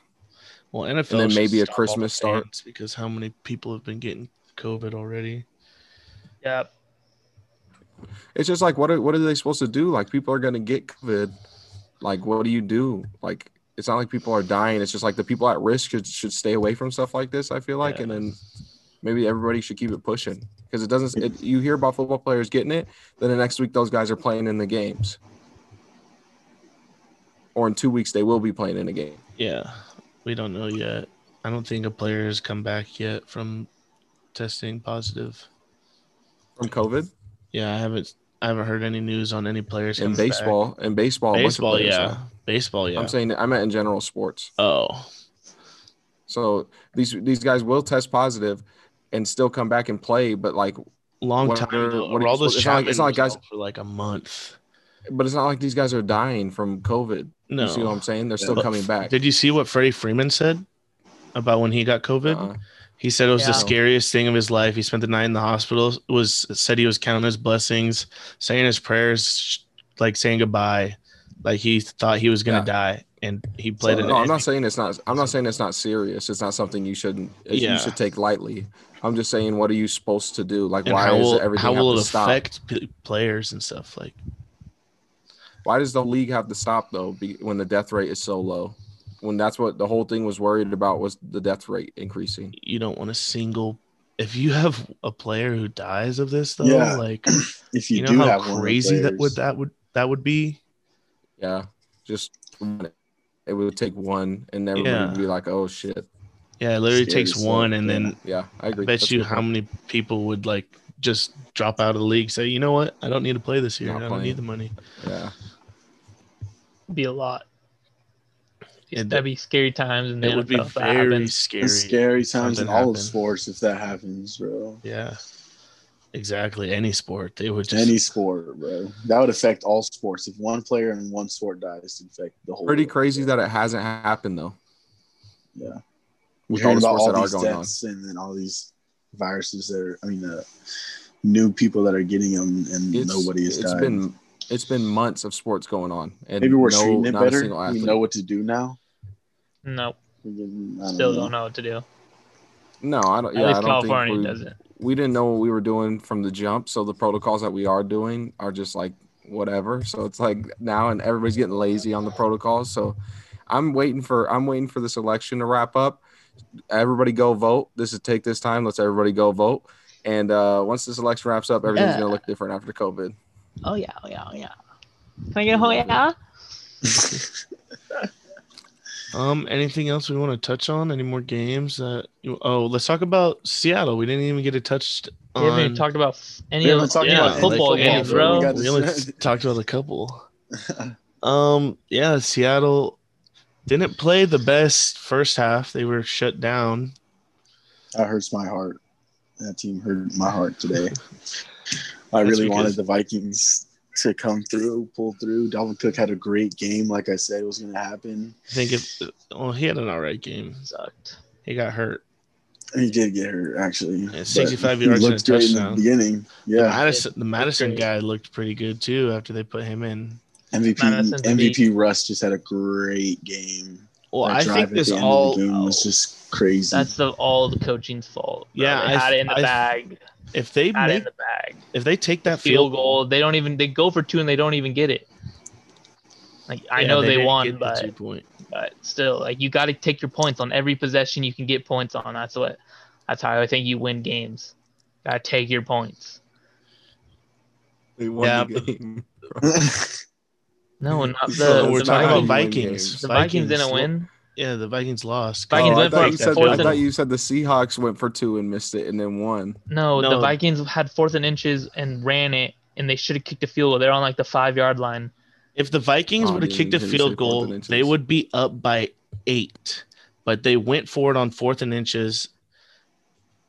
S1: Well, NFL
S2: then
S1: should
S2: maybe a
S1: stop all the
S2: Christmas start.
S1: fans because how many people have been getting COVID already?
S4: Yeah.
S2: It's just like what are what are they supposed to do? Like people are gonna get COVID. Like what do you do? Like it's not like people are dying. It's just like the people at risk should, should stay away from stuff like this. I feel like, and
S1: Yeah.
S2: then maybe everybody should keep it pushing because it doesn't. It, you hear about football players getting it, then the next week those guys are playing in the games, or in two weeks they will be playing in a game.
S1: Yeah, we don't know yet. I don't think a player has come back yet from testing positive.
S2: From COVID
S1: Yeah, I haven't. I haven't heard any news on any players
S2: in
S1: coming
S2: baseball, in baseball,
S1: Back.
S2: a bunch of
S1: Baseball,
S2: players,
S1: yeah.
S2: huh?
S1: Baseball, yeah.
S2: I'm saying I meant in general sports.
S1: oh,
S2: So these these guys will test positive and still come back and play, but like
S1: long
S2: What
S1: time.
S2: are-
S1: ago.
S2: what are you
S1: Aroldis
S2: supposed-
S1: Chapman
S2: it's not like- it's not
S1: was
S2: like guys-
S1: out for like a month.
S2: but it's not like these guys are dying from COVID.
S1: No,
S2: You see what I'm saying? They're still
S1: But
S2: coming back.
S1: Did you see what Freddie Freeman said about when he got COVID?
S2: Uh,
S1: he said it was the
S4: Yeah.
S1: scariest thing of his life. He spent the night in the hospital. Was said he was counting his blessings, saying his prayers, sh- like saying goodbye, like he thought he was gonna
S2: Yeah.
S1: die, and he played
S3: So,
S1: an
S2: no, I'm
S1: NBA.
S2: not saying it's not. I'm not saying it's not serious. It's not something you shouldn't.
S1: Yeah.
S2: You should take lightly. I'm just saying, what are you supposed to do? Like,
S1: and
S2: why
S1: how
S2: is
S1: will,
S2: everything
S1: how will
S2: have
S1: it
S2: to stop?
S1: affect p- players and stuff? Like,
S2: Why does the league have to stop though? Be, when the death rate is so low, when that's what the whole thing was worried about was the death rate increasing.
S1: you don't want a single. If you have a player who dies of this, though,
S3: Yeah. (clears throat)
S1: like
S3: If you,
S1: you,
S3: do
S1: know how
S3: have one of the
S1: crazy that
S3: players-
S1: would that would that would be.
S2: Yeah, just it would take one, and everybody
S1: Yeah.
S2: would be like, "Oh shit."
S1: Yeah, it literally
S3: Scary
S1: takes
S3: stuff,
S1: one, and
S3: yeah.
S1: then
S2: Yeah, I
S1: I
S2: agree.
S1: bet
S2: That's a
S1: you
S2: good
S1: how
S2: point.
S1: many people would like just drop out of the league, say, you know what, I don't need to play this year.
S2: Not
S1: I don't
S2: playing.
S1: need the money.
S2: Yeah,
S4: Be a lot.
S1: And
S4: That'd be scary times. And
S1: It would be very scary.
S3: It's scary times
S1: something
S3: in all of
S1: happened.
S3: sports if that happens, bro.
S1: Yeah, exactly. Any sport, they would just
S3: Any sport, bro. That would affect all sports. If one player in one sport dies, it'd affect the whole.
S2: pretty
S3: world.
S2: crazy that it hasn't happened though.
S3: Yeah.
S2: With
S3: Hearing
S2: all the
S3: about
S2: sports
S3: all
S2: that are
S3: these
S2: going on.
S3: deaths and then all these viruses that are, I mean, the new people that are getting them and
S2: It's,
S3: nobody has
S2: it's
S3: died.
S2: been it's been months of sports going on, and
S3: Maybe we're
S2: no,
S3: treating it
S2: not a
S3: better.
S2: single
S3: We
S2: athlete.
S3: know what to do now.
S4: No,
S3: We can- I don't
S4: still
S3: know.
S4: don't know what to do.
S2: No, I don't. Yeah,
S4: At least
S2: I don't
S4: California
S2: think we,
S4: doesn't.
S2: we didn't know what we were doing from the jump. So the protocols that we are doing are just like whatever. So it's like now, and everybody's getting lazy on the protocols. So I'm waiting for I'm waiting for this election to wrap up. Everybody go vote. This is take this time. Let's everybody go vote. And uh, once this election wraps up, everything's
S4: Yeah.
S2: gonna look different after COVID.
S4: Oh yeah, oh yeah, oh yeah. Can I get a whole yeah?
S1: Um, anything else we want to touch on? Any more games? That you, oh, let's talk about Seattle. We didn't even get a touch
S4: We haven't
S1: on.
S4: even talked about f- any
S3: We
S4: of
S3: haven't
S4: the
S3: talked
S4: yeah,
S3: about
S1: any
S4: football
S3: football
S4: games,
S3: yet, bro.
S4: bro.
S3: We got-
S1: we only (laughs) talked about a couple. Um, yeah, Seattle didn't play the best first half. They were shut down.
S3: That hurts my heart.
S2: (laughs)
S3: That team hurt my heart today. I
S1: That's
S3: really
S1: because-
S3: wanted the Vikings to come through, pull through. Dalvin Cook had a great game, like I said, it was going to happen.
S1: I think if well, he had an all right game.
S4: Sucked.
S1: He got hurt.
S3: He did get hurt actually.
S1: Yeah,
S3: but
S1: 65
S3: he
S1: yards and
S3: looked
S1: a
S3: great in the
S1: touchdown.
S3: beginning.
S1: The
S3: Yeah,
S1: Madison, the Madison
S4: great.
S1: guy looked pretty good too after they put him in.
S3: MVP
S4: Madison's
S3: MVP Russ just had a great game.
S1: Well,
S3: That
S1: I
S3: drive
S1: think
S3: at
S1: this
S3: the end of
S1: all.
S3: the game was just crazy.
S4: That's the all the coaching's fault. bro.
S1: Yeah,
S4: they
S1: I-
S4: had it in the
S1: I-
S4: bag.
S1: If they
S4: Had it
S1: make,
S4: in the bag.
S1: if they take that
S4: Field goal. They don't even. They go for two and they don't even get it. Like I
S1: Yeah,
S4: know they,
S1: didn't
S4: won,
S1: get the
S4: but
S1: two point.
S4: but still, like you got to take your points on every possession you can get points on. That's what. That's how I think you win games. Gotta take your points.
S2: They won
S1: Yeah,
S2: the
S1: but-
S2: game.
S3: (laughs)
S4: No, not the.
S2: So
S1: we're
S4: the
S1: talking about
S4: Vikings.
S1: Vikings.
S4: The Vikings didn't win.
S1: Yeah, the Vikings lost.
S4: Vikings
S2: Oh, I,
S4: went for
S2: thought you
S4: it.
S2: said,
S4: Fourth
S2: I
S4: and-
S2: thought you said the Seahawks went for two and missed it and then won.
S4: No, the
S1: No.
S4: Vikings had fourth and inches and ran it, and they should have kicked a field goal. They're on like the five yard line.
S1: If the Vikings
S2: Oh,
S1: would have
S2: yeah,
S1: kicked a
S2: you didn't
S1: field
S2: say fourth
S1: goal,
S2: and inches.
S1: they would be up by eight. But they went for it on fourth and inches.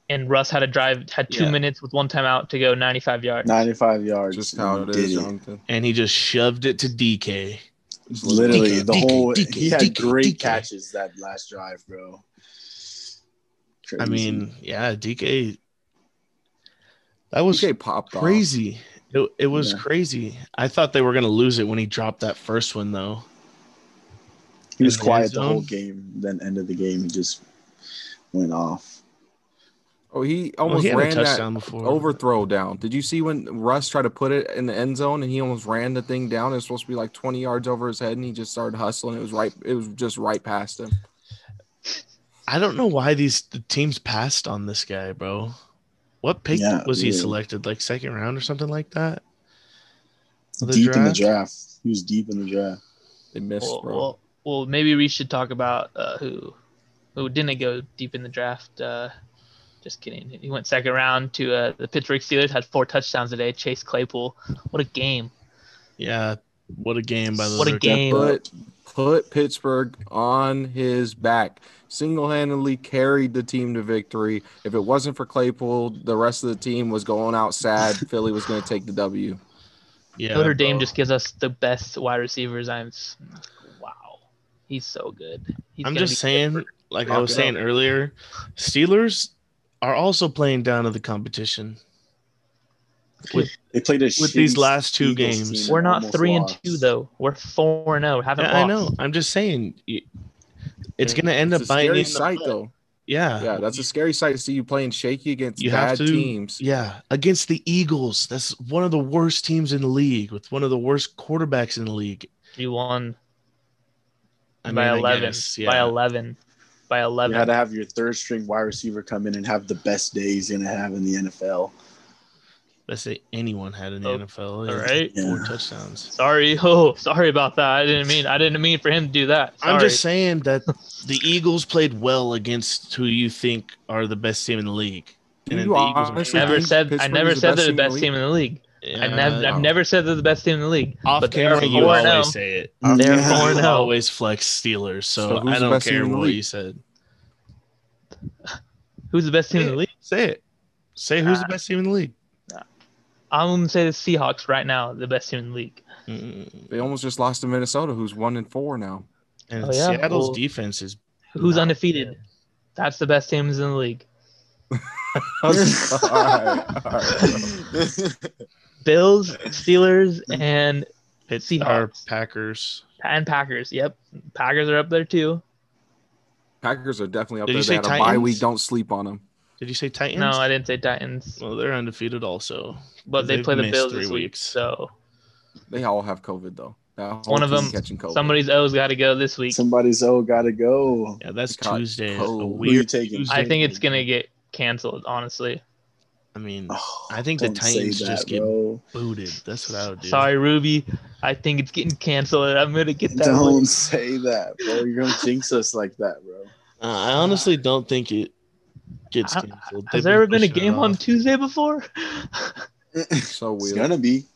S4: And Russ had a drive, had two
S1: Yeah.
S4: minutes with one timeout to go, 95 yards.
S3: 95 yards.
S2: Just how
S3: and
S2: it
S3: did
S2: is, Jonathan.
S1: and he just shoved it to DK.
S2: Just
S3: Literally,
S1: DK,
S3: the
S1: DK,
S3: whole
S1: DK,
S3: he had
S1: DK,
S3: great
S1: DK.
S3: catches that last drive, bro.
S1: I
S3: Crazy.
S1: mean, yeah, DK. That was
S2: DK popped off.
S1: crazy. It, it was
S3: Yeah.
S1: crazy. I thought they were gonna lose it when he dropped that first one though.
S3: he was
S1: in the
S3: quiet
S1: end
S3: the whole
S1: zone.
S3: game. Then end of the game, he just went off.
S2: Oh, he
S1: Well,
S2: almost
S1: he had a
S2: ran that
S1: touchdown before.
S2: overthrow down. Did you see when Russ tried to put it in the end zone and he almost ran the thing down? It was supposed to be like 20 yards over his head and he just started hustling. It was right it was just right past him.
S1: I don't know why these the teams passed on this guy, bro. What pick
S3: Yeah,
S1: was he
S3: yeah.
S1: selected? Like second round or something like that? The
S3: deep in the
S1: draft?
S3: draft. He was deep in the draft.
S2: They missed,
S4: Well,
S2: bro.
S4: well, well, maybe we should talk about uh, who who didn't go deep in the draft. Uh, just kidding. He went second round to uh, the Pittsburgh Steelers, had four touchdowns today. Chase Claypool. What a game.
S1: Yeah. What a game by the
S4: What a
S1: Zerk-
S4: game.
S2: put put Pittsburgh on his back. Single-handedly carried the team to victory. If it wasn't for Claypool, the rest of the team was going out
S4: (laughs)
S2: sad. Philly was going to take the W.
S1: Yeah,
S4: Notre Dame
S1: bro.
S4: just gives us the best wide receivers. I'm s- wow, he's so good. He's
S1: I'm
S4: gonna
S1: just
S4: be
S1: saying, like I
S4: Lock
S1: was
S4: it
S1: saying earlier, Steelers are also playing down to the competition.
S3: They played a
S1: With these
S3: shitty
S1: last two
S3: Eagles
S1: games.
S3: team
S4: We're
S3: and
S4: not
S3: almost
S4: three and
S3: lost.
S4: two though. We're four and zero. Haven't
S1: Yeah,
S4: lost.
S1: I know. I'm just saying, y- it's going to end
S2: It's
S1: up
S2: a
S1: biting you.
S2: scary
S1: in the
S2: sight,
S1: butt.
S2: though.
S1: Yeah.
S2: Yeah, that's a scary sight to see you playing shaky against
S1: You have
S2: bad
S1: to-
S2: teams.
S1: Yeah, against the Eagles. That's one of the worst teams in the league with one of the worst quarterbacks in the league.
S4: You won
S1: I
S4: by
S1: mean, I
S4: eleven.
S1: guess,
S4: By
S1: yeah.
S4: eleven. By
S3: You
S4: eleven.
S3: had to have your third string wide receiver come in and have the best day he's gonna have in the NFL.
S1: Let's say anyone had in the
S4: Oh,
S1: NFL.
S4: all
S1: yeah,
S4: right.
S1: Four
S3: Yeah.
S1: touchdowns.
S4: Sorry. (laughs) Oh, sorry about that. I didn't mean. I didn't mean for him to do that.
S1: I'm
S4: Sorry.
S1: just saying that the Eagles played well against who you think are the best team in the league. then
S2: You
S1: the Eagles were
S2: honestly
S1: trash.
S4: Never
S2: think
S4: said. I
S2: Pittsburgh
S4: never
S2: is the
S4: said they're the
S2: in
S4: best team in the league. I
S1: Yeah.
S4: never.
S2: no.
S4: I've never said they're the best team in the league.
S1: Off
S4: But they're oh.
S1: camera, you
S4: 4-0.
S1: always say it.
S3: Off
S1: They're
S3: camera,
S1: four
S4: you
S1: always flex Steelers, so,
S2: So who's
S1: I
S2: the
S1: don't
S2: best team
S1: care
S2: in the
S1: what
S2: league?
S1: you said.
S4: Who's the best team in the league?
S1: Say it. Say who's the
S4: Ah.
S1: best team in the league.
S4: I'm gonna say the Seahawks right now, the best team in the league.
S1: Mm,
S2: They almost just lost to Minnesota, who's one and four now.
S1: And
S4: Oh, yeah?
S1: Seattle's
S4: Well-
S1: defense is
S4: Who's
S1: Nah.
S4: undefeated? That's the best teams in the league.
S2: all
S1: (laughs)
S2: right, all right.
S4: Bills, Steelers, and
S1: Pitt or
S4: Seahawks.
S1: Packers.
S4: and Packers. Yep, Packers are up there too.
S2: Packers are definitely up
S1: Did you
S2: there.
S1: say
S2: They had a bye
S1: Titans?
S2: week. Don't sleep on them.
S1: Did you say Titans?
S4: No, I didn't say Titans,
S1: well, they're undefeated also.
S4: but they
S1: They've
S4: play the
S1: missed
S4: Bills
S1: three
S4: this week.
S1: weeks.
S4: So
S2: They all have COVID though. That whole
S4: One of
S2: team
S4: them-
S2: catching COVID.
S4: somebody's O's got to go this
S3: (laughs)
S4: week.
S3: Somebody's oh gotta go.
S1: Yeah, that's
S2: They got
S1: Tuesday.
S2: cold.
S1: A
S2: Who
S3: Who you
S1: weird.
S3: taking?
S1: Tuesday.
S4: I think it's gonna get canceled. Honestly,
S1: I mean,
S3: Oh,
S1: I think the
S3: don't say
S1: Titans just get
S3: bro.
S1: booted. That's what I would do.
S4: sorry, Ruby. I think it's getting canceled. I'm gonna get that.
S3: Don't
S4: one.
S3: say that, bro. You're gonna jinx us like that, bro.
S1: Uh, I honestly don't think it gets
S4: I-
S1: canceled. They've
S4: Uh, Has there ever been a
S1: pushing it
S4: game on
S1: off.
S4: Tuesday before? (laughs)
S2: so
S3: It's
S2: weird.
S3: gonna be.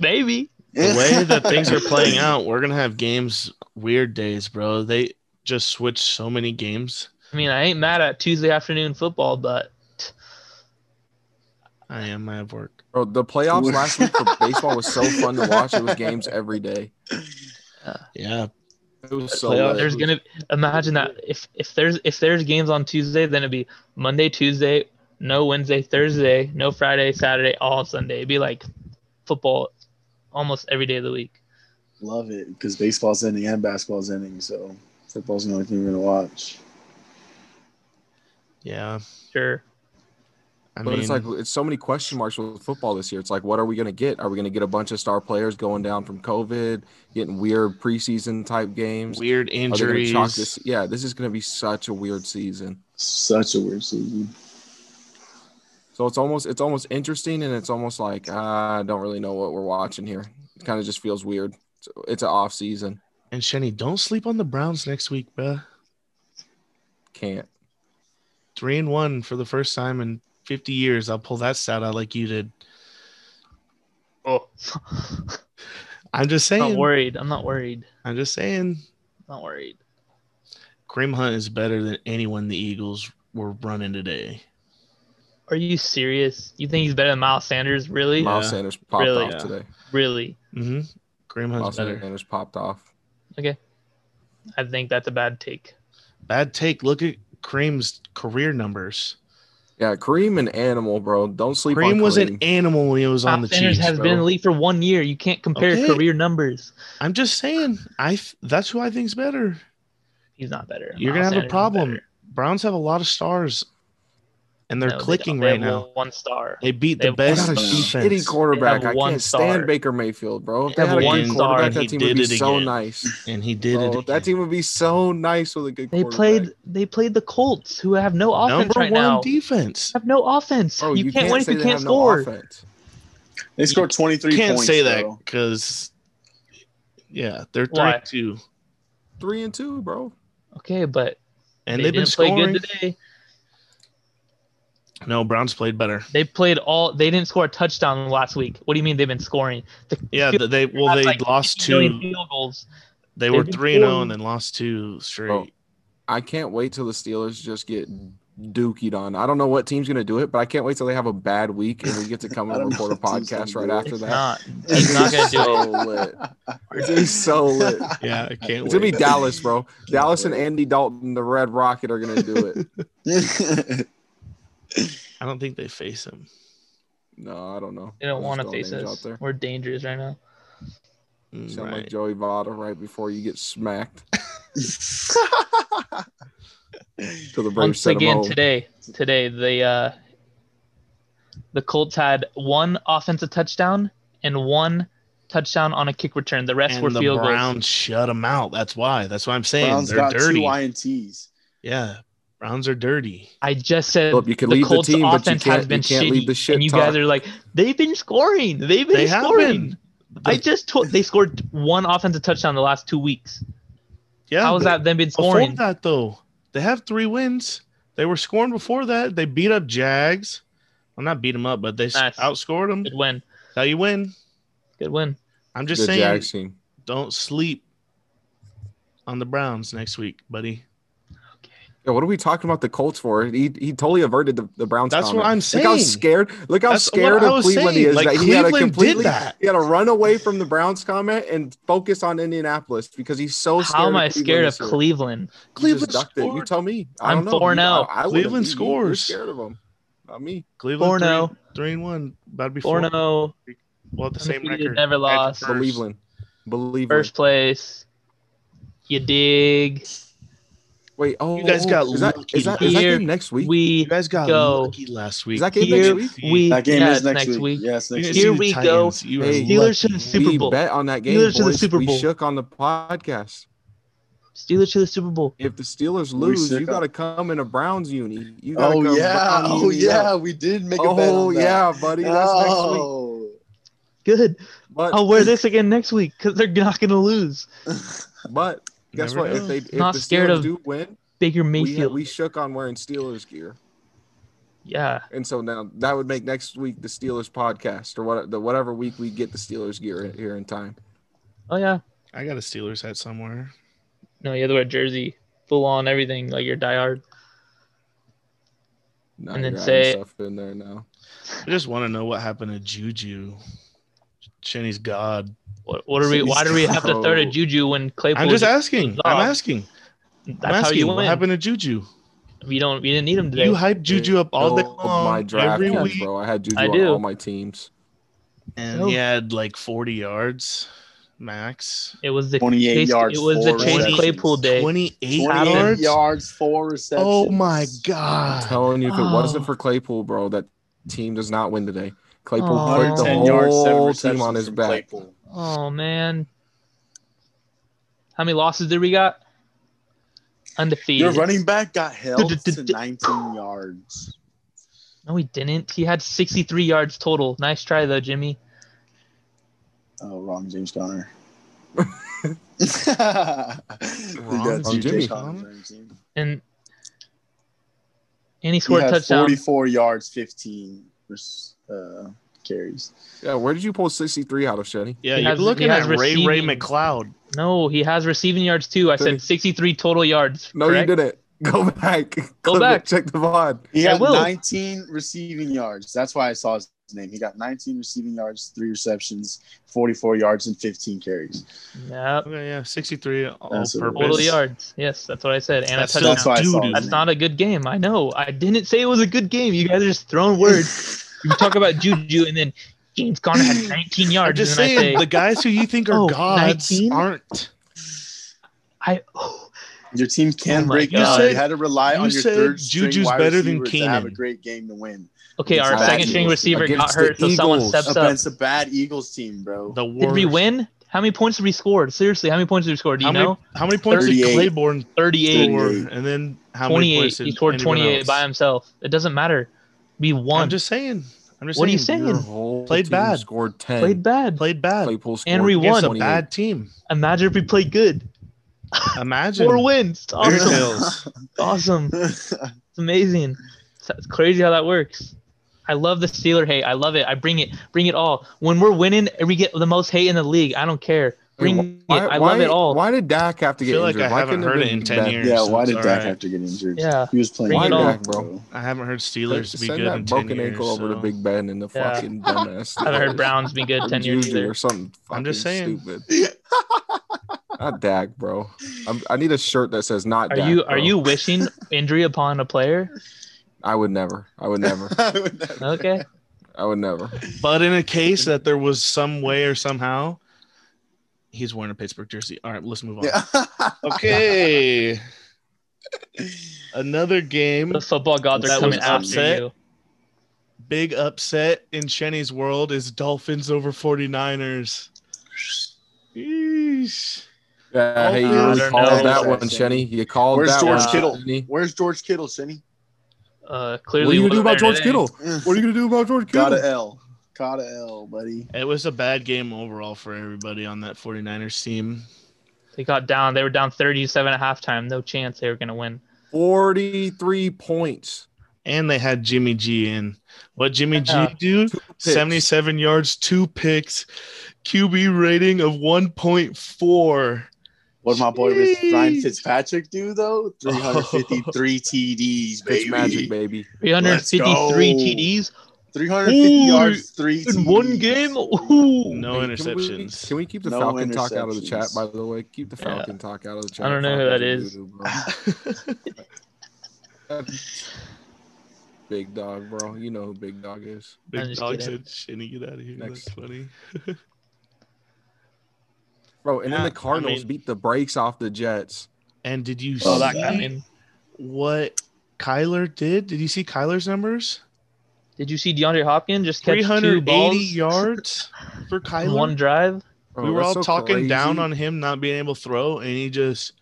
S4: Maybe.
S1: the way that things are playing
S3: (laughs)
S1: out? We're gonna have games weird days, bro. They just switch so many games.
S4: I mean, I ain't mad at Tuesday afternoon football, but
S1: I am. I have work.
S2: Bro, the playoffs
S1: (laughs)
S2: last week for baseball was so fun to watch. It was games every day.
S1: Yeah,
S2: It was so.
S1: Playoffs.
S2: lit.
S4: There's gonna imagine that if if there's if there's games on Tuesday, then it'd be Monday, Tuesday, no Wednesday, Thursday, no Friday, Saturday, all Sunday. It'd be like football almost every day of the week.
S3: Love it because baseball's ending and basketball's ending, so football's the only thing we're gonna watch.
S1: yeah.
S4: Sure.
S1: I
S2: but
S1: mean,
S2: it's like it's so many question marks with football this year. It's like, what are we going to get? Are we going to get a bunch of star players going down from COVID, getting weird preseason type games?
S1: weird
S2: Are they gonna
S1: injuries.
S2: chalk this- yeah, this is going to be such a weird season.
S3: Such a weird season.
S2: So it's almost it's almost interesting, and it's almost like "Ah, I don't really know what we're watching here. It kind of just feels weird. It's, it's an off season.
S1: And Shenny, don't sleep on the Browns next week, bruh.
S2: Can't.
S1: Three and one for the first time in 50 years. I'll pull that stat out like you did.
S4: Oh,
S1: I'm just
S4: (laughs) I'm not
S1: saying.
S4: worried. I'm not worried.
S1: I'm just saying.
S4: not worried.
S1: Kareem Hunt is better than anyone the Eagles were running today.
S4: Are you serious? You think he's better than Miles Sanders? Really?
S2: Miles
S1: Yeah.
S2: Sanders popped
S4: Really?
S2: off
S1: Yeah.
S2: today.
S4: Really?
S1: Mm-hmm. Kareem Hunt's
S2: Miles
S1: better.
S2: Sanders popped off.
S4: I think that's a bad take.
S1: Bad take. Look at Kareem's career numbers.
S2: Yeah, Kareem and Animal, bro. Don't sleep on
S1: Kareem
S2: Kareem.
S1: was an animal when he was on the
S4: Miles Sanders
S1: Chiefs.
S4: has
S2: bro.
S4: been in the league for one year. You can't compare
S1: Okay.
S4: career numbers.
S1: I'm just saying. I th- that's who I think's better.
S4: He's not better.
S1: You're gonna
S4: Miles
S1: have a
S4: Sanders is
S1: problem.
S4: better.
S1: Browns have a lot of stars, and they're
S4: No, they
S1: clicking
S4: don't. They
S1: right
S4: have
S1: now.
S4: One star.
S1: They beat
S4: they
S1: the
S4: have
S1: best
S2: What a shitty
S1: defense.
S2: quarterback. I
S4: one
S2: can't
S4: star.
S2: stand Baker Mayfield, bro. If
S4: They
S2: they
S4: have
S2: had a
S4: one
S2: good
S4: star,
S2: quarterback,
S1: and he
S2: that team would
S1: did
S2: be
S1: it
S2: so
S1: again.
S2: nice.
S1: and he did
S2: Bro,
S1: it.
S2: that
S1: again.
S2: team would be so nice with a good
S4: They
S2: quarterback.
S4: played. They played the Colts, who have no offense
S1: number
S4: right
S1: one
S4: now.
S1: defense.
S4: have no offense.
S2: Bro,
S4: you, can't, win if
S2: say
S4: you
S2: they
S4: can't
S2: have no
S4: score.
S2: offense.
S3: They scored 23
S1: Can't
S3: points.
S1: say that
S3: though.
S1: because yeah, they're three
S4: Why?
S1: and two,
S2: Three and two, bro.
S4: okay, but
S1: and
S4: they
S1: they've been
S4: didn't play
S1: scoring.
S4: good today.
S1: No, Browns played better.
S4: They played all. They didn't score a touchdown last week. What do you mean they've been scoring? The
S1: Yeah,
S4: field-
S1: th- they well
S4: that's
S1: they
S4: like
S1: lost
S4: million
S1: two.
S4: field goals.
S1: They were
S4: they've been
S1: three and zero
S4: scoring.
S1: and then lost two
S2: Bro,
S1: straight.
S2: I can't wait till the Steelers just get dookied on. I don't know what team's gonna do it, but I can't wait till they have a bad week and we get to come
S3: (laughs) I
S2: and
S3: don't
S2: record a
S3: know what team's
S2: podcast
S3: gonna
S2: right
S3: do it.
S2: after
S4: (laughs) It's
S2: that. (laughs)
S4: not. He's not gonna do it.
S2: so lit. It's gonna be so lit.
S1: (laughs)
S3: (laughs)
S1: Yeah, I can't
S2: It's gonna be
S1: wait.
S2: Dallas, bro. Dallas and
S3: wait.
S2: Andy Dalton, the Red Rocket, are gonna do it.
S1: I don't think they face him.
S2: No, I don't know.
S4: They don't
S2: Just
S4: want to
S2: throwing
S4: face
S2: names
S4: us.
S2: out there.
S4: We're dangerous right now.
S1: Mm,
S2: Sound like
S1: right.
S2: Joey Votto right before you get smacked to the Braves.
S4: Once
S2: set 'em
S4: again
S2: home.
S4: today, today the uh, the Colts had one offensive touchdown and one touchdown on a kick return. The rest were
S1: And the
S4: field
S1: Browns
S4: goals.
S1: shut them out. That's why. That's why I'm saying
S3: Browns
S1: they're
S3: got
S1: dirty.
S3: two INTs.
S1: Yeah, Browns are dirty.
S4: I just said
S2: Phillip, you can
S4: the
S2: lead the
S4: Colts
S2: team, but you
S4: offense
S2: can't-
S4: has
S2: you
S4: been
S2: can't
S4: shitty,
S2: lead the shit
S4: and you
S2: talk.
S4: guys are like, they've been scoring. They've been
S1: They have
S4: scoring.
S1: been.
S4: I just told they scored one offensive touchdown the last two weeks.
S1: Yeah,
S4: How has
S1: but
S4: that then been
S1: before
S4: scoring?
S1: that though? They have three wins. They were scoring before that. They beat up Jags. Well, not beat them up, but they s-
S4: Nice.
S1: outscored them.
S4: Good win.
S1: How you win?
S4: Good win.
S1: I'm
S2: The
S1: just saying,
S2: Jags team.
S1: don't sleep on the Browns next week, buddy.
S2: Yeah, what are we talking about the Colts for? He he totally averted the, the Browns.
S1: That's
S2: comment.
S1: what I'm
S2: Look how
S1: saying.
S2: scared. Look how
S1: That's
S2: scared
S1: what I
S2: of
S1: was
S2: Cleveland he
S1: saying.
S2: is.
S1: Like,
S2: that he had a
S1: Cleveland did
S2: completely
S1: that.
S2: he had to run away from the Browns comment and focus on Indianapolis because he's so scared.
S4: How am I
S2: Cleveland
S4: scared of
S2: this year.
S4: Cleveland?
S2: You just
S1: Cleveland
S2: ducked it. You
S1: scored.
S2: tell me. I
S4: I'm oh.
S2: don't know.
S4: 4-0.
S2: I- I wouldn't
S1: Cleveland
S2: be. You- You're
S1: scores.
S2: scared of them. Not me.
S1: Cleveland
S4: 4-0.
S1: three, three and one, about to be four.
S4: Four zero.
S1: Well, the same
S4: Undefeated,
S1: record.
S4: never
S1: After
S4: lost.
S1: first.
S2: Cleveland. Believe
S4: First place. You dig.
S2: Wait. Oh,
S1: You guys got
S2: is that
S1: lucky
S2: is that, is that
S4: here.
S2: game next week?
S1: You
S4: We
S1: guys got
S4: Go.
S1: lucky last week.
S2: Is that game
S4: Here
S2: next week?
S4: we
S3: That game
S4: yeah,
S3: is
S4: it's
S3: next, week. Yes,
S1: You didn't
S3: next week.
S4: Here
S1: see the
S4: we go.
S1: Titans. You are
S2: Hey,
S4: Steelers to the
S1: lucky.
S4: Super
S2: we
S4: Bowl.
S2: bet on that game.
S4: Steelers to the
S2: boys.
S4: Super
S2: We
S4: Bowl.
S2: shook on the podcast.
S4: Steelers to the Super Bowl.
S2: If the Steelers
S3: We
S2: lose,
S3: shook
S2: you
S3: up.
S2: got to come in a Browns uni. You gotta
S3: Oh
S2: come
S3: yeah,
S2: Browns
S3: oh
S2: uni
S3: yeah,
S2: up.
S3: we did make a bet.
S2: oh
S3: on that.
S2: yeah, buddy. That's next week.
S3: oh.
S4: Good.
S2: But
S4: I'll
S1: (laughs)
S4: wear this again next week because they're not going to lose.
S2: but guess
S1: Never
S2: what?
S1: know.
S2: If they if
S4: Not
S2: the
S4: scared
S2: Steelers
S4: of
S2: do win,
S4: Baker
S1: uh,
S2: we,
S4: Mayfield.
S2: we shook on wearing Steelers gear,
S4: yeah.
S2: and so now that would make next week the Steelers podcast or what the whatever week we get the Steelers gear here in time.
S4: Oh, yeah.
S1: I got a Steelers hat somewhere.
S4: No, you have to wear a jersey, full on everything, like your diehard.
S2: Now
S4: And
S2: you're
S4: then
S2: adding
S4: say-
S2: stuff in there now.
S1: I just want to know what happened to Juju. Shinny's God.
S4: What, what are we? Why do we have to throw to
S2: So-
S4: Juju when Claypool?
S1: I'm just asking. I'm
S4: God.
S1: asking.
S4: that's
S1: I'm
S4: how
S1: asking.
S4: you
S1: What
S4: win.
S1: happened to Juju?
S4: You don't. You didn't need him today.
S1: You hype Juju up
S3: Oh,
S1: all day
S2: Build
S1: long,
S2: my draft
S1: every
S2: teams,
S1: week,
S2: bro. I had Juju
S4: I
S2: on
S4: do.
S2: all my teams.
S1: and he had like 40 yards max.
S4: it was the
S3: 28
S4: Chase,
S3: yards,
S4: It was the
S3: four
S4: Chase
S1: receptions.
S4: Claypool day.
S1: 28
S3: 28
S1: yards.
S3: yards? four receptions.
S1: Oh my
S2: I'm
S1: god!
S2: telling you, if it wasn't
S4: Oh.
S2: for Claypool, bro, that team does not win today. Claypool
S4: Oh.
S2: put the
S4: 110
S2: whole
S3: yards, seven
S2: team on
S3: receptions
S2: his
S3: from
S2: back.
S3: Claypool.
S4: Oh man. How many losses did we got?
S3: Your
S4: Undefeated.
S3: running back
S2: (laughs)
S3: got held to
S4: Du-du-du-du.
S3: 19 yards.
S4: No, he didn't. He had 63 yards total. Nice try though, Jimmy.
S3: Oh, wrong James (laughs) Conner. wrong Oh,
S2: Jimmy
S4: And and he
S3: He
S4: scored a
S3: had
S4: touchdown.
S3: 44 yards, 15 res- uh, carries.
S2: Yeah, where did you pull 63 out of, Shetty?
S1: Yeah,
S4: He
S1: you're
S4: has-
S1: looking
S4: he has
S1: at Ray Ray
S4: receiving.
S1: McLeod.
S4: No, he has receiving yards too. I
S2: Thirty.
S4: said 63 total yards.
S2: No,
S4: correct?
S2: you didn't. (laughs) Go back. Clip it.
S4: back.
S2: Check the VOD.
S3: He
S4: I
S3: had
S4: will.
S3: 19 receiving yards. That's why I saw his name. He got 19 receiving yards, three receptions, 44 yards, and 15 carries.
S4: Yeah,
S1: Okay, yeah, 63 all
S3: That's a-
S4: total
S1: purpose.
S3: Yes.
S4: yards. Yes, that's what I said. And
S1: That's
S4: a
S1: still
S4: touchdown.
S3: That's why I saw
S1: Doo-doo.
S3: his
S4: That's
S3: name.
S4: not a good game. I know. I didn't say it was a good game. You guys are just throwing words. you talk about Juju and then James Conner had 19
S1: I'm
S4: yards.
S1: just
S4: and then
S1: saying,
S4: I
S1: the
S4: say,
S1: guys who you think are
S4: Oh,
S1: gods
S4: 19?
S1: aren't.
S4: I,
S3: Your team
S4: Oh
S3: can
S4: my
S3: break
S4: God.
S3: you.
S4: You
S3: Said,
S1: said-
S3: you had to rely
S1: you
S3: on your
S1: said
S3: third string
S1: Juju's
S3: wide
S1: better than
S3: receiver to have a
S1: Keenan.
S3: great game to win.
S4: okay, our
S3: Exactly.
S4: second string receiver got
S2: Against the
S4: hurt, so someone
S2: Eagles.
S4: steps up.
S3: Against a bad Eagles team, bro. (laughs)
S1: The
S4: Did
S1: worst.
S4: we win? How many points did we score? Seriously, how many points did we score? Do you
S1: How many,
S4: know?
S1: how many points
S3: 38.
S1: did Claiborne
S4: 38,
S1: score?
S3: 38.
S1: And then how many points
S4: 28.
S1: did
S4: He scored
S1: anyone
S4: 28
S1: else?
S4: by himself. It doesn't matter. We won.
S1: I'm just saying. I'm just
S4: What are
S1: saying. we
S4: you saying?
S2: Your whole
S1: Played
S2: team
S1: bad.
S2: Scored 10.
S4: played bad.
S1: Played bad
S2: Claypool scored
S4: And we
S1: against a
S2: 28.
S1: bad team.
S4: Imagine if we played good.
S1: Imagine.
S4: Four wins. It's
S1: Fairy
S4: awesome.
S1: tales.
S2: (laughs)
S4: awesome. It's amazing. It's, it's crazy how that works. I love the Steeler hate. I love it. I bring it. Bring it all. When we're winning, we get the most hate in the league. I don't care.
S2: Wait,
S4: Bring
S2: why-
S4: it. I
S2: why-
S4: love it all.
S2: Why did Dak have to
S1: I
S2: get
S1: feel like
S2: injured?
S1: I
S2: Why
S1: haven't
S2: couldn't
S1: heard it
S2: been
S1: in 10
S2: Dak?
S1: years.
S3: yeah,
S1: so
S3: why
S1: it's
S3: did Dak
S1: alright.
S3: have to get injured?
S4: Yeah.
S3: He was playing.
S4: Bring it
S3: good,
S4: on.
S2: bro.
S1: I haven't heard Steelers be
S2: Send
S1: good in
S2: that
S1: 10
S2: broken
S1: years.
S2: ankle over
S1: so-
S2: to Big Ben and the
S1: (laughs)
S4: Yeah.
S2: fucking dumbass.
S4: I haven't heard Browns be good
S2: Or
S4: ten years
S2: Juju
S4: either.
S2: or something.
S1: I'm just
S2: fucking
S1: saying.
S2: Stupid. not Dak, bro. I'm, I need a shirt that says not.
S4: Are
S2: Dak,
S4: you
S2: bro.
S4: are you wishing injury upon a player?
S2: I would never. I would never.
S3: (laughs) I would
S2: (laughs)
S3: never-
S4: Okay.
S2: I would never.
S1: But in a case that there was some way or somehow, he's wearing a Pittsburgh jersey. All right, let's move on.
S3: Yeah.
S1: Okay. Another game.
S4: The football gods are
S1: That
S4: coming
S1: was
S4: after
S1: upset.
S4: you.
S1: Big upset in Cheney's world is Dolphins over 49ers. Yeesh.
S2: Yeah,
S1: Oh,
S2: hey, you
S1: I
S2: called
S4: don't know.
S2: that one, Shenny. You called
S3: Where's
S2: that
S3: George
S2: one.
S3: Kittle?
S2: Shenny.
S3: (laughs) Where's George Kittle, Shinny?
S4: Uh,
S2: What
S4: clearly,
S2: are you gonna do
S4: wasn't
S2: about
S4: there
S2: George
S4: today.
S2: Kittle? What are you gonna do about George
S3: Got
S2: Kittle?
S3: a L. Got a L, buddy.
S1: It was a bad game overall for everybody on that 49ers team.
S4: They got down. They were down 37 at halftime. No chance they were going to win.
S2: Forty-three points.
S1: And they had Jimmy G in. What Jimmy
S4: Yeah.
S1: G do?
S2: picks.
S1: 77 yards, two picks, QB rating of 1.4.
S3: What my boy Miss
S1: Jeez.
S3: Ryan Fitzpatrick do though? 353 TDs, baby.
S2: It's magic, baby.
S4: 353
S3: go.
S4: TDs
S3: 350
S4: Ooh,
S3: yards, three
S4: in one
S3: TDs. (laughs)
S4: game. Ooh.
S1: No
S2: Hey,
S1: interceptions.
S2: Can we, can we keep the
S3: No
S2: Falcon talk out of the chat?
S3: interceptions.
S2: By the way, keep the
S4: Yeah.
S2: Falcon talk out of the chat.
S4: I don't know who that
S2: Falcons
S4: is.
S2: are doo-doo, bro. That's Big dog, bro. (laughs) You know who big dog is.
S1: Big
S4: just
S1: dog
S4: kidding.
S1: said, Shinny, get out of here.
S2: Next.
S1: That's funny.
S2: Bro, and then
S1: Yeah,
S2: the Cardinals
S1: I mean-
S2: beat the brakes off the Jets.
S1: And did you
S3: Oh, that
S1: see
S3: guy.
S4: I mean,
S1: what Kyler did? Did you see Kyler's numbers?
S4: did you see DeAndre Hopkins just catch two
S1: 380
S4: balls
S1: yards for
S4: in
S1: Kyler.
S4: one drive?
S2: Bro,
S1: we were
S2: that's
S1: all
S2: so
S1: talking
S2: crazy.
S1: down on him not being able to throw, and he just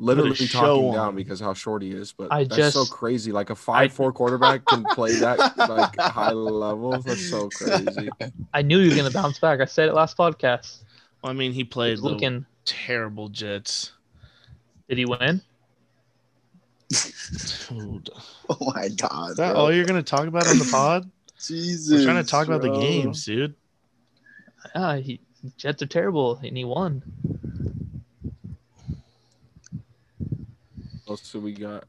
S2: literally
S1: put a
S2: talking
S1: show
S2: down
S1: on.
S2: because how short he is, but
S4: I
S2: that's so
S4: just-
S2: crazy. Like a five four quarterback can
S4: (laughs)
S2: play that like high level. That's so crazy.
S4: I knew he was going to bounce back. I said it last podcast.
S1: I mean, he
S4: He
S1: played
S4: was
S1: the
S4: looking.
S1: terrible Jets.
S4: Did he win?
S1: Dude,
S3: Oh my god.
S1: is that
S3: bro.
S1: all you're gonna talk about on the pod?
S3: Jesus.
S1: We're trying to talk about the
S3: bro.
S1: games,
S3: (laughs)
S1: dude.
S4: Yeah, he, Jets are terrible, and he won.
S2: What else do we got?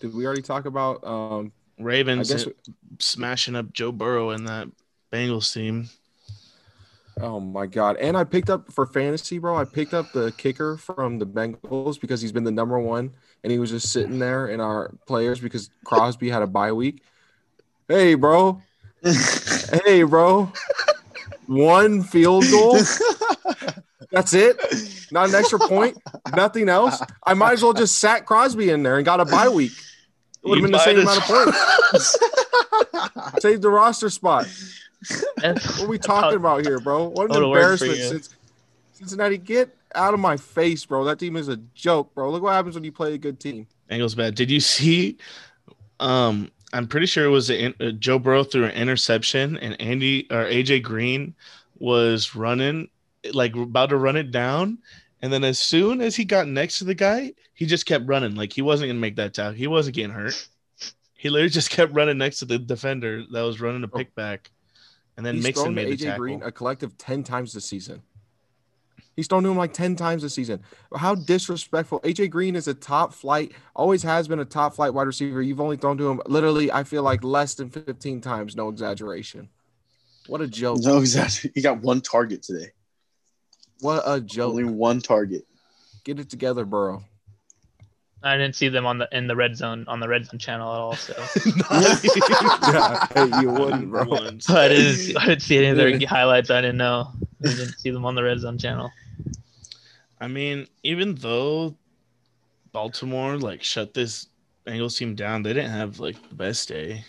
S2: Did we already talk about? Um, I
S1: Ravens
S2: guess.
S1: smashing up Joe Burrow and that Bengals team.
S2: Oh my god! And I picked up for fantasy, bro. I picked up the kicker from the Bengals because he's been the number one, and he was just sitting there in our players because Crosby had a bye week. Hey, bro. Hey, bro. One field goal. That's it. Not an extra point. Nothing else. I might as well just sat Crosby in there and got a bye week. It would have
S1: You
S2: been the
S1: buy
S2: same
S1: this-
S2: amount of points. Saved the roster spot. What are
S4: (laughs)
S2: we talking about here, bro? What an
S4: That'll work for
S2: embarrassment.
S4: you.
S2: Since Cincinnati, get out of my face, bro. That team is a joke, bro. Look what happens when you play a good team.
S1: Bengals bad. Did you see? Um, I'm pretty sure it was a, uh, Joe Burrow threw an interception, and Andy or AJ Green was running, like about to run it down. And then as soon as he got next to the guy, he just kept running. Like he wasn't gonna make that tackle. He wasn't getting hurt. He literally just kept running next to the defender that was running a
S2: Oh.
S1: pickback, and then
S2: He's
S1: Mixon
S2: thrown to
S1: made the
S2: AJ
S1: tackle.
S2: Green a collective 10 times this season. He's thrown to him like 10 times this season. How disrespectful. AJ Green is a top flight, always has been a top flight wide receiver. You've only thrown to him literally, I feel like less than 15 times, no exaggeration. What a joke.
S3: no, exactly. He got one target today.
S2: What a joke.
S3: Only one target.
S2: Get it together, Burrow.
S4: I didn't see them on the in the red zone on the red zone channel at all. So
S2: (laughs)
S3: (laughs)
S2: Yeah, hey, you wouldn't, bro.
S1: (laughs) Once.
S4: I didn't see, (laughs) I didn't see any of their highlights. I didn't know. I didn't see them on the red zone channel.
S1: I mean, even though Baltimore like shut this Bengals team down, they didn't have like the best day.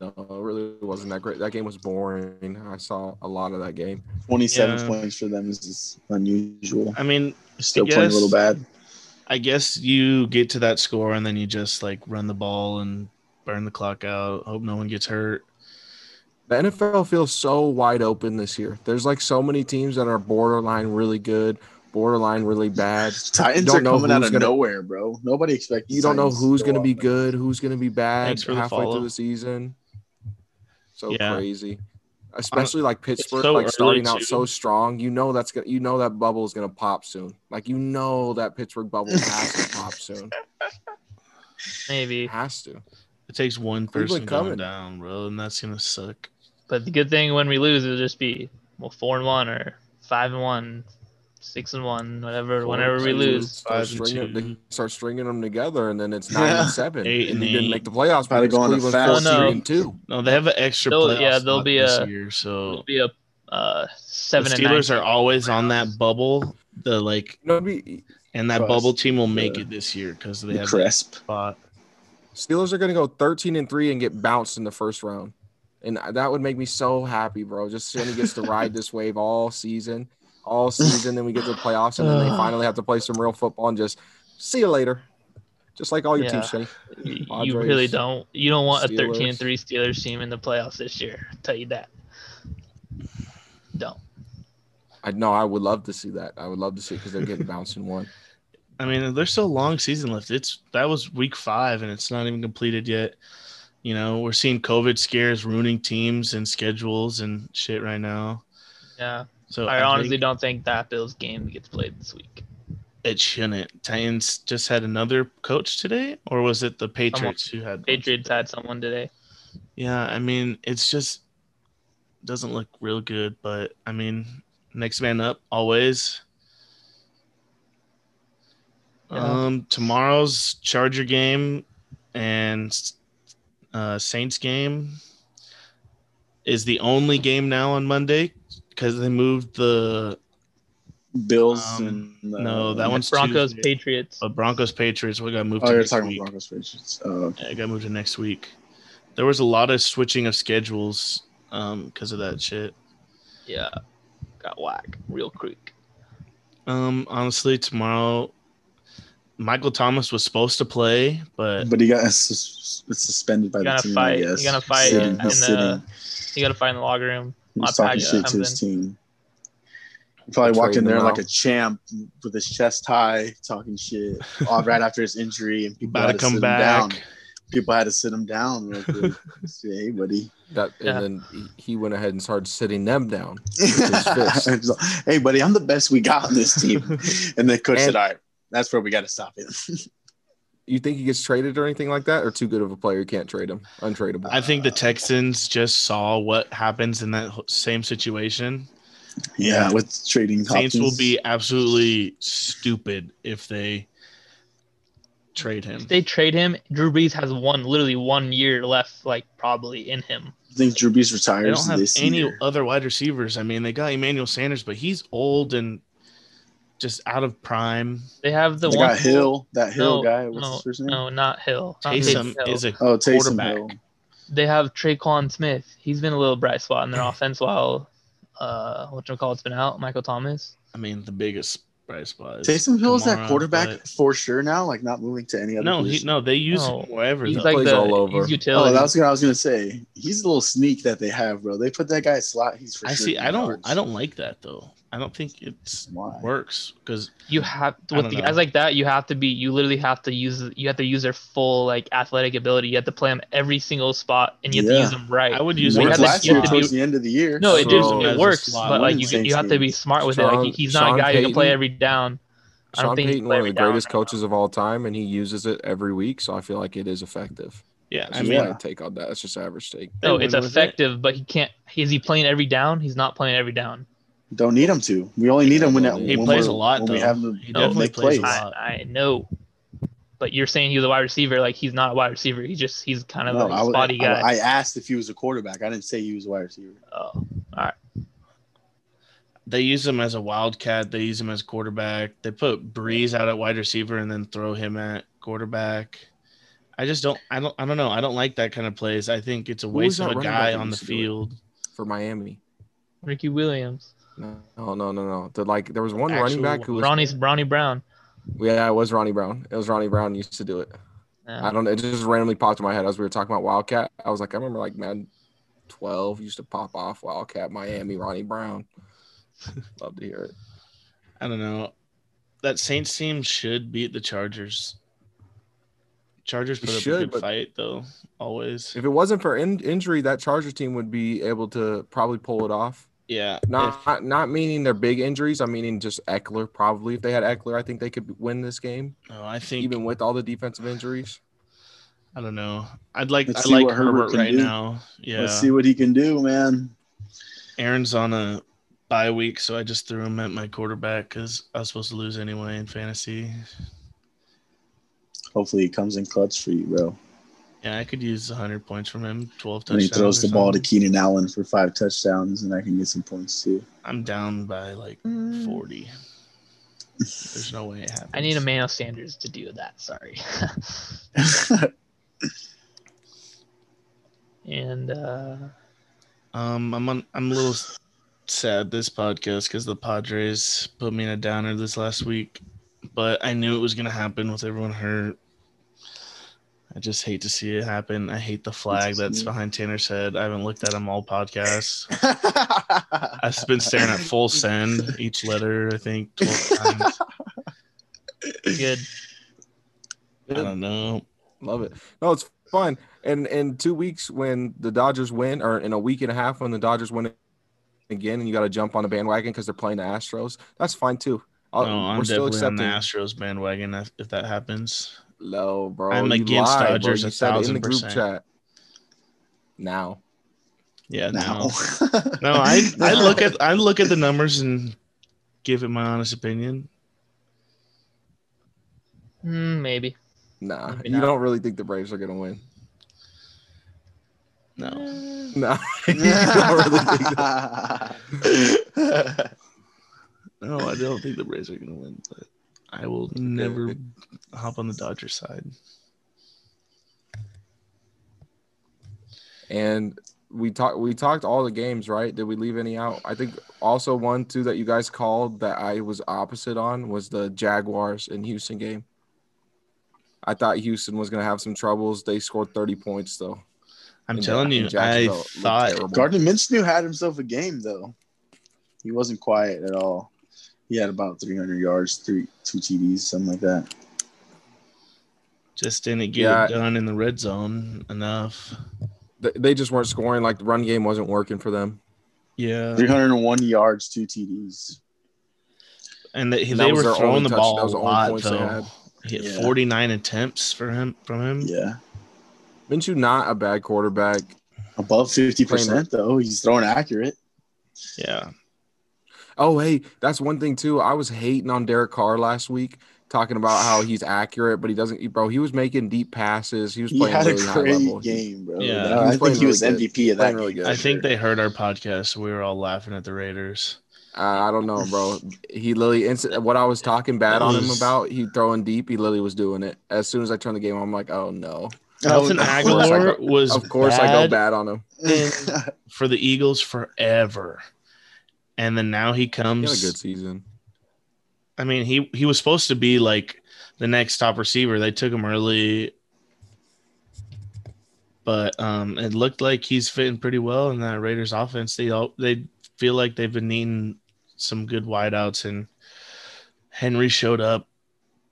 S2: No, it really wasn't that great. That game was boring. I saw a lot of that game.
S3: 27
S1: Yeah.
S3: points for them is just unusual.
S1: I mean,
S3: Still
S1: I
S3: playing
S1: guess-
S3: a little bad.
S1: I guess you get to that score and then you just like run the ball and burn the clock out. Hope no one gets hurt.
S2: The NFL feels so wide open this year. There's like so many teams that are borderline really good, borderline really bad.
S3: Titans
S2: Don't
S3: are
S2: know
S3: coming out
S2: who's
S3: of
S2: gonna-
S3: nowhere, bro. Nobody expects.
S2: You don't know
S3: Titans
S2: who's
S3: go
S2: going to
S3: up.
S2: be good, who's going to be bad
S1: Thanks for the
S2: halfway
S1: follow.
S2: through the season. So
S1: Yeah.
S2: crazy. Especially like Pittsburgh,
S1: so
S2: like starting
S1: early,
S2: out
S1: too.
S2: so strong, you know that's gonna, you know that bubble is gonna pop soon. Like you know that Pittsburgh bubble has to
S1: (laughs)
S2: pop soon. It
S4: Maybe.
S2: has to.
S1: It takes one person
S2: Cleveland
S1: going
S2: coming.
S1: down, bro, and that's gonna suck.
S4: But the good thing when we lose, it'll just be well four and one or five and one, six and one, whatever.
S2: Four
S4: whenever
S2: and
S4: we
S2: two.
S4: lose,
S2: start
S1: Five and
S2: stringing,
S1: two.
S2: they start stringing them together, and then it's nine and seven,
S1: Eight
S2: and
S1: and
S2: you didn't
S1: eight.
S2: make the playoffs.
S3: Probably
S2: because
S3: going to
S2: Cleveland's
S3: fast
S4: Oh, no.
S2: fourteen and two.
S1: No, they have an extra
S4: They'll-
S1: playoff
S4: yeah, there'll
S1: spot
S4: be
S1: this
S4: a-
S1: year,
S4: it'll
S1: so
S4: be a uh,
S1: the
S4: seven and nine.
S1: Steelers are always on that bubble. The like,
S2: You know, it'd be-
S1: and that
S3: Crust.
S1: bubble team will make
S3: Yeah.
S1: it this year because they
S3: The
S1: have that
S3: crisp.
S1: spot.
S2: Steelers are going to go thirteen and three and get bounced in the first round, and that would make me so happy, bro. Just Sammy gets to ride this wave all season, all season. Then we get to the playoffs, and then
S4: (sighs)
S2: they finally have to play some real football and just see you later, just like all your
S4: Yeah.
S2: teams. Shane.
S4: You
S2: Padres,
S4: really don't. You don't want a thirteen
S2: Steelers.
S4: and three Steelers team in the playoffs this year. I'll tell you that. Don't.
S2: I know. I would love to see that. I would love to see because they're getting bounced in one.
S1: I mean, there's still a long season left. It's that was week five, and it's not even completed yet. You know, we're seeing COVID scares ruining teams and schedules and shit right now.
S4: Yeah,
S1: So
S4: I honestly
S1: think
S4: don't think that Bills game gets played this week.
S1: it shouldn't. Titans just had another coach today, or was it the Patriots who had?
S4: Patriots had someone today.
S1: Yeah, I mean, it's just doesn't look real good. But I mean, next man up always.
S4: Yeah.
S1: Um, tomorrow's Charger game and uh, Saints game is the only game now on Monday because they moved the
S3: Bills
S1: Um,
S3: and uh,
S1: no that one's
S4: Broncos,
S1: Tuesday,
S4: Patriots.
S1: but uh, Broncos Patriots we got moved
S3: Oh,
S1: to
S3: you're
S1: next
S3: talking about
S1: week.
S3: Broncos Patriots. Oh,
S1: Yeah, it got moved to next week. There was a lot of switching of schedules um because of that shit.
S4: Yeah, got whack real quick.
S1: Um, honestly, tomorrow Michael Thomas was supposed to play, but
S3: but he got (laughs) it's, sus- it's suspended by
S4: You
S3: the
S4: gotta
S3: team.
S4: fight.
S3: I guess.
S4: You gotta fight
S3: Sitting,
S4: in
S3: he's
S4: the.
S3: sitting.
S4: You gotta fight in the locker room.
S3: He
S4: my
S3: was talking
S4: package or
S3: shit to his team. He
S2: They're
S3: probably walked
S2: trading
S3: in there
S2: him
S3: like
S2: out.
S3: a champ with his chest high, talking shit,
S1: (laughs)
S3: all right after his injury, and people
S1: about
S3: had
S1: to
S3: to
S1: come
S3: sit
S1: back.
S3: him down. People had to sit him down.
S1: (laughs)
S3: Real quick. Say, hey, buddy.
S2: That
S4: Yeah.
S2: and then he- he went ahead and started sitting them down.
S3: (laughs)
S2: fist.
S3: hey,
S1: (laughs)
S3: buddy, I'm the best we got on this team. And the coach
S2: And-
S3: said, all right, that's where we got to stop it. (laughs)
S2: You think he gets traded or anything like that, or too good of a player you can't trade him, untradeable?
S1: I think the Texans just saw what happens in that same situation.
S3: Yeah, with trading
S1: Saints
S3: Hopkins.
S1: will be absolutely stupid if they trade him.
S4: If they trade him, Drew Brees has one literally one year left, like probably in him.
S3: I think Drew Brees retires.
S1: They don't have
S3: this
S1: any
S3: year.
S1: other wide receivers. I mean, they got Emmanuel Sanders, but he's old and just out of prime.
S4: They have the
S3: They
S4: one
S3: got Hill, that Hill
S4: No,
S3: guy. What's
S4: no,
S3: his first name?
S4: No, not Hill. Not
S1: Taysom
S4: Hill.
S1: is a
S3: Oh, Taysom
S1: quarterback.
S3: Hill.
S4: they have Traquan Smith. He's been a little bright
S1: (clears throat)
S4: spot in their offense while uh what you call it's been out, Michael Thomas.
S1: I mean, the biggest bright spot. Is
S3: Taysom Hill is
S1: Kamara,
S3: that quarterback
S1: but-
S3: for sure now. Like not moving to any other.
S1: No, he,
S3: position.
S1: no, they use
S4: No,
S1: him wherever.
S4: He's
S1: though.
S4: like
S2: plays
S4: the
S2: all over.
S4: he's utility.
S3: Oh, that's what I was gonna say. He's a little sneak that they have, bro. They put that guy at slot. He's for
S1: I
S3: sure
S1: see. I don't.
S3: yards.
S1: I don't like that though. I don't think it's
S3: Why?
S1: works because
S4: you have
S1: I
S4: with
S1: don't
S4: the
S1: know.
S4: guys like that, you have to be you literally have to use you have to use their full like athletic ability. You have to play them every single spot and you have
S3: Yeah.
S4: to use them right.
S1: I would use
S4: We
S1: him. as
S3: Worked
S1: a
S4: had this-
S3: last
S4: you
S3: year
S4: had to
S1: slot.
S3: towards the end of the year.
S4: no, it
S2: did-
S4: did,
S1: So-
S4: it works,
S1: as a slot
S4: but like you,
S3: wing
S4: you have to be
S3: safety.
S4: smart with it. Like he-
S2: Sean-
S4: he's not
S2: Sean
S4: a guy who can play
S2: Payton.
S4: every down. I don't
S2: Sean
S4: think he's
S2: Payton,
S4: played
S2: one of the
S4: it down
S2: greatest
S4: right now.
S2: coaches of all time, and he uses it every week, so I feel like it is effective.
S1: Yeah,
S2: That's
S1: I
S2: just
S1: mean,
S2: my take on that. That's just average take.
S1: they
S4: No, it's
S1: win with it.
S4: effective, but he can't. Is he playing every down? He's not playing every down.
S3: Don't need him to. We only need him when that
S2: He
S3: when
S1: plays
S3: we're-
S1: a lot,
S3: When we
S1: though.
S3: have him,
S1: He
S3: to
S1: definitely
S3: make
S1: plays a
S3: plays.
S1: lot.
S4: I, I know, but you're saying he's a wide receiver. Like he's not a wide receiver. He's just he's kind of
S3: No,
S4: a
S3: I, would-
S4: spotty
S3: I-
S4: guy.
S3: I asked if he was a quarterback. I didn't say he was a wide receiver.
S4: oh,
S1: They use him as a wildcat. They use him as quarterback. They put Breeze out at wide receiver and then throw him at quarterback. I just don't. I don't. I don't know. I don't like that kind of plays. I think it's a
S2: Who
S1: waste
S2: was that
S1: of a
S2: running
S1: guy
S2: back that
S1: on the
S2: used to do it?
S1: field.
S2: For Miami,
S4: Ricky Williams,
S2: no, no, no, no. The, like there was one
S1: Actual
S2: running back who was
S4: Ronnie's Ronnie Brown.
S2: Yeah, it was Ronnie Brown. It was Ronnie Brown used to do it.
S4: Yeah.
S2: I don't know. It just randomly popped in my head as we were talking about Wildcat. I was like, I remember like Madden 12 used to pop off Wildcat, Miami,
S1: (laughs)
S2: Ronnie Brown. Love to hear it.
S1: I don't know. That Saints team should beat the Chargers. Chargers
S2: They
S1: put up
S2: should,
S1: a
S2: but-
S1: good fight though. Always.
S2: If it wasn't for in- injury, that Charger team would be able to probably pull it off.
S1: Yeah.
S2: Not not meaning their big injuries. I'm meaning just Eckler probably. If they had Eckler, I think they could win this game,
S1: If, no, Oh, I think
S2: even with all the defensive injuries.
S1: I don't know. I'd like
S3: Let's
S1: I
S3: see
S1: like
S3: what Herbert
S1: Herbert
S3: can
S1: right
S3: do.
S1: now. Yeah.
S3: Let's see what he can do, man.
S1: Aaron's on a bye week, so I just threw him at my quarterback because I was supposed to lose anyway in fantasy.
S3: Hopefully, he comes in clutch for you, bro.
S1: Yeah, I could use 100 points from him, 12
S3: And
S1: touchdowns.
S3: he throws
S1: or
S3: the ball to
S1: something.
S3: Keenan Allen for five touchdowns, and I can get some points
S1: (laughs)
S3: too.
S1: I'm down by like 40. There's no way it happens.
S4: Mm. I need Emmanuel Sanders to do that. Sorry. (laughs) and uh,
S1: Um, I'm on, I'm a little s- sad this podcast because the Padres put me in a downer this last week, but I knew it was gonna happen with everyone hurt. I just hate to see it happen. I hate the flag that's behind Tanner's head. I haven't looked at him all podcasts. I've been staring at full (laughs) send each letter. I think (laughs) twelve times.
S4: good.
S1: I don't know.
S2: Love it. No, it's fun. And in two weeks when the Dodgers win, or in a week and a half when the Dodgers win again, and you got to jump on the bandwagon because they're playing the Astros, that's fine too. Uh,
S1: No,
S2: I'll-
S1: Oh, I'm definitely on the Astros bandwagon if if that happens.
S2: low, bro.
S1: I'm
S2: You
S1: against
S2: lied, bro.
S1: Dodgers
S2: You
S1: a
S2: said it in
S1: thousand
S2: the group
S1: percent.
S2: chat. Now,
S1: Yeah, no.
S3: now.
S1: No, I I look (laughs)
S3: (laughs)
S1: at I look at the numbers and give it my honest opinion.
S4: Mm, maybe.
S2: nah,
S4: Maybe
S2: you
S4: not.
S2: don't really think the Braves are gonna win.
S1: No.
S4: Mm.
S2: Nah, you don't really think that.
S1: No, I don't think the Braves are gonna win, but I will never hop on the Dodgers side.
S2: And we talked we talked all the games, right? Did we leave any out? I think also one too that you guys called that I was opposite on was the Jaguars and Houston game. I thought Houston was gonna have some troubles. They scored 30 points though.
S1: I'm
S2: And
S1: telling
S2: Ja-
S1: you,
S2: and
S1: I
S2: Jacksonville looked
S1: thought
S2: terrible.
S3: Gardner Minshew had himself a game though. He wasn't quiet at all. He had about 300 yards, three two TDs, something like that.
S1: Uh-huh. just didn't get
S2: Yeah.
S1: it done in the red zone enough.
S2: Th- they just weren't scoring, like the run game wasn't working for them.
S1: Yeah,
S3: 301 yards, two TDs.
S1: and they,
S2: And that
S1: they
S2: was
S1: were
S2: their
S1: throwing
S2: only
S1: the
S2: touch-
S1: ball
S2: that was
S1: a
S2: the only
S1: lot
S2: points they
S1: though.
S2: had.
S1: He had
S3: Yeah.
S1: 49 attempts for him from him.
S3: Yeah.
S2: Minshew not a bad quarterback.
S3: Above 50%, though. He's throwing accurate.
S1: Yeah.
S2: Oh, hey, that's one thing too. I was hating on Derek Carr last week, talking about how he's accurate, but he doesn't. Bro, he was making deep passes.
S3: (laughs)
S2: He was
S3: He
S2: playing
S3: had a
S2: really high level.
S3: great game, bro.
S1: Yeah.
S3: That-
S1: He was
S3: I think
S2: playing
S3: he was
S2: really good.
S3: MVP of that
S2: Playing really
S3: game.
S2: good.
S1: I think they heard our podcast. We were all laughing at the Raiders.
S2: I I don't know, bro. He literally instant, what I was talking bad
S1: That
S2: on him
S1: was-
S2: about. He throwing deep. He literally was doing it. As soon as I turned the game, on, I'm like, oh no.
S1: Nelson
S3: Oh,
S2: of
S3: (laughs)
S2: course I
S1: Aguilar was
S2: Of course, I go bad on him.
S1: bad. for the Eagles forever, and then now he
S2: He had a
S1: comes.
S2: good season.
S1: I mean, he he was supposed to be like the next top receiver. They took him early, but um, it looked like he's fitting pretty well in that Raiders offense. They all they feel like they've been needing some good wideouts, and Henry showed up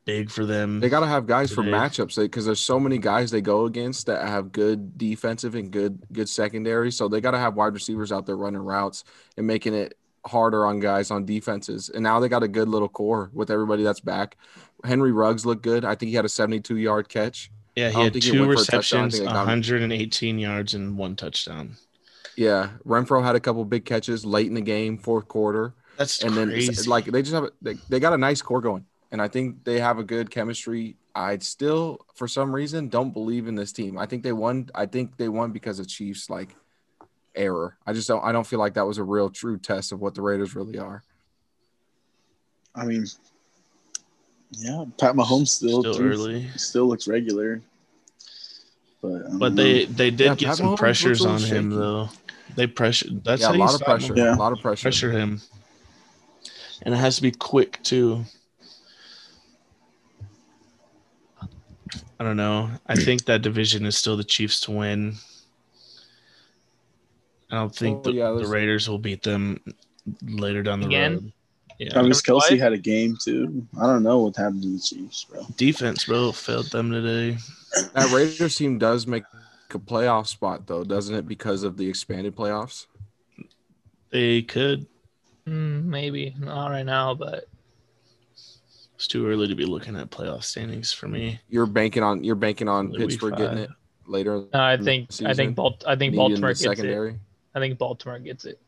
S1: big for them.
S2: They got to have guys for
S1: Today.
S2: matchups because there's so many guys they go against that have good defensive and good good secondary. So they got to have wide receivers out there running routes and making it harder on guys on defenses. And now they got a good little core with everybody that's back. Henry Ruggs looked good. I think he had a 72 yard catch.
S1: yeah,
S2: don't
S1: he had
S2: think he
S1: two
S2: went for a touchdown. I
S1: receptions,
S2: think they got him.
S1: 118 yards, and one touchdown.
S2: Yeah, Renfro had a couple big catches late in the game, fourth quarter.
S1: That's
S2: and then
S1: crazy.
S2: it's- like they just have a, they, they got a nice core going and i think they have a good chemistry i still for some reason don't believe in this team i think they won i think they won because of chiefs like error i just don't i don't feel like that was a real true test of what the raiders really are
S3: I mean, yeah, Pat Mahomes still
S1: still
S3: threw-
S1: early.
S3: still looks regular. But, um, I don't
S1: But
S3: know.
S1: they they did
S2: Yeah,
S1: get
S2: Pat Mahomes
S1: some
S2: looks
S1: pressures
S2: really
S1: on him
S2: shaky.
S1: though. They pressured. That's
S2: yeah
S1: how
S2: a
S1: you
S2: lot of
S1: stop
S2: pressure
S1: him.
S3: Yeah.
S2: a lot of pressure,
S1: Pressure him, and it has to be quick too. I don't know. I think that division is still the Chiefs to win. I don't think
S2: Oh,
S1: the,
S2: yeah,
S1: the
S2: there's-
S1: Raiders will beat them later down the
S4: Again?
S1: road. Yeah,
S3: Travis Kelsey
S4: Wyatt?
S3: had a game too. I don't know what happened to the Chiefs, bro.
S1: defense bro failed them today.
S2: that raiders team does make a playoff spot though doesn't it because of the expanded playoffs
S1: They could.
S4: Mm, maybe not right now, but
S1: It's too early to be looking at playoff standings for me.
S2: you're banking on you're banking on
S1: Only week
S2: pittsburgh getting
S1: five.
S2: it later
S4: no, I
S2: Mm,
S4: think I
S2: season.
S4: think Balt- I
S2: maybe
S4: think
S2: in
S4: Baltimore
S2: the
S4: gets it.
S2: secondary
S4: I think Baltimore gets it.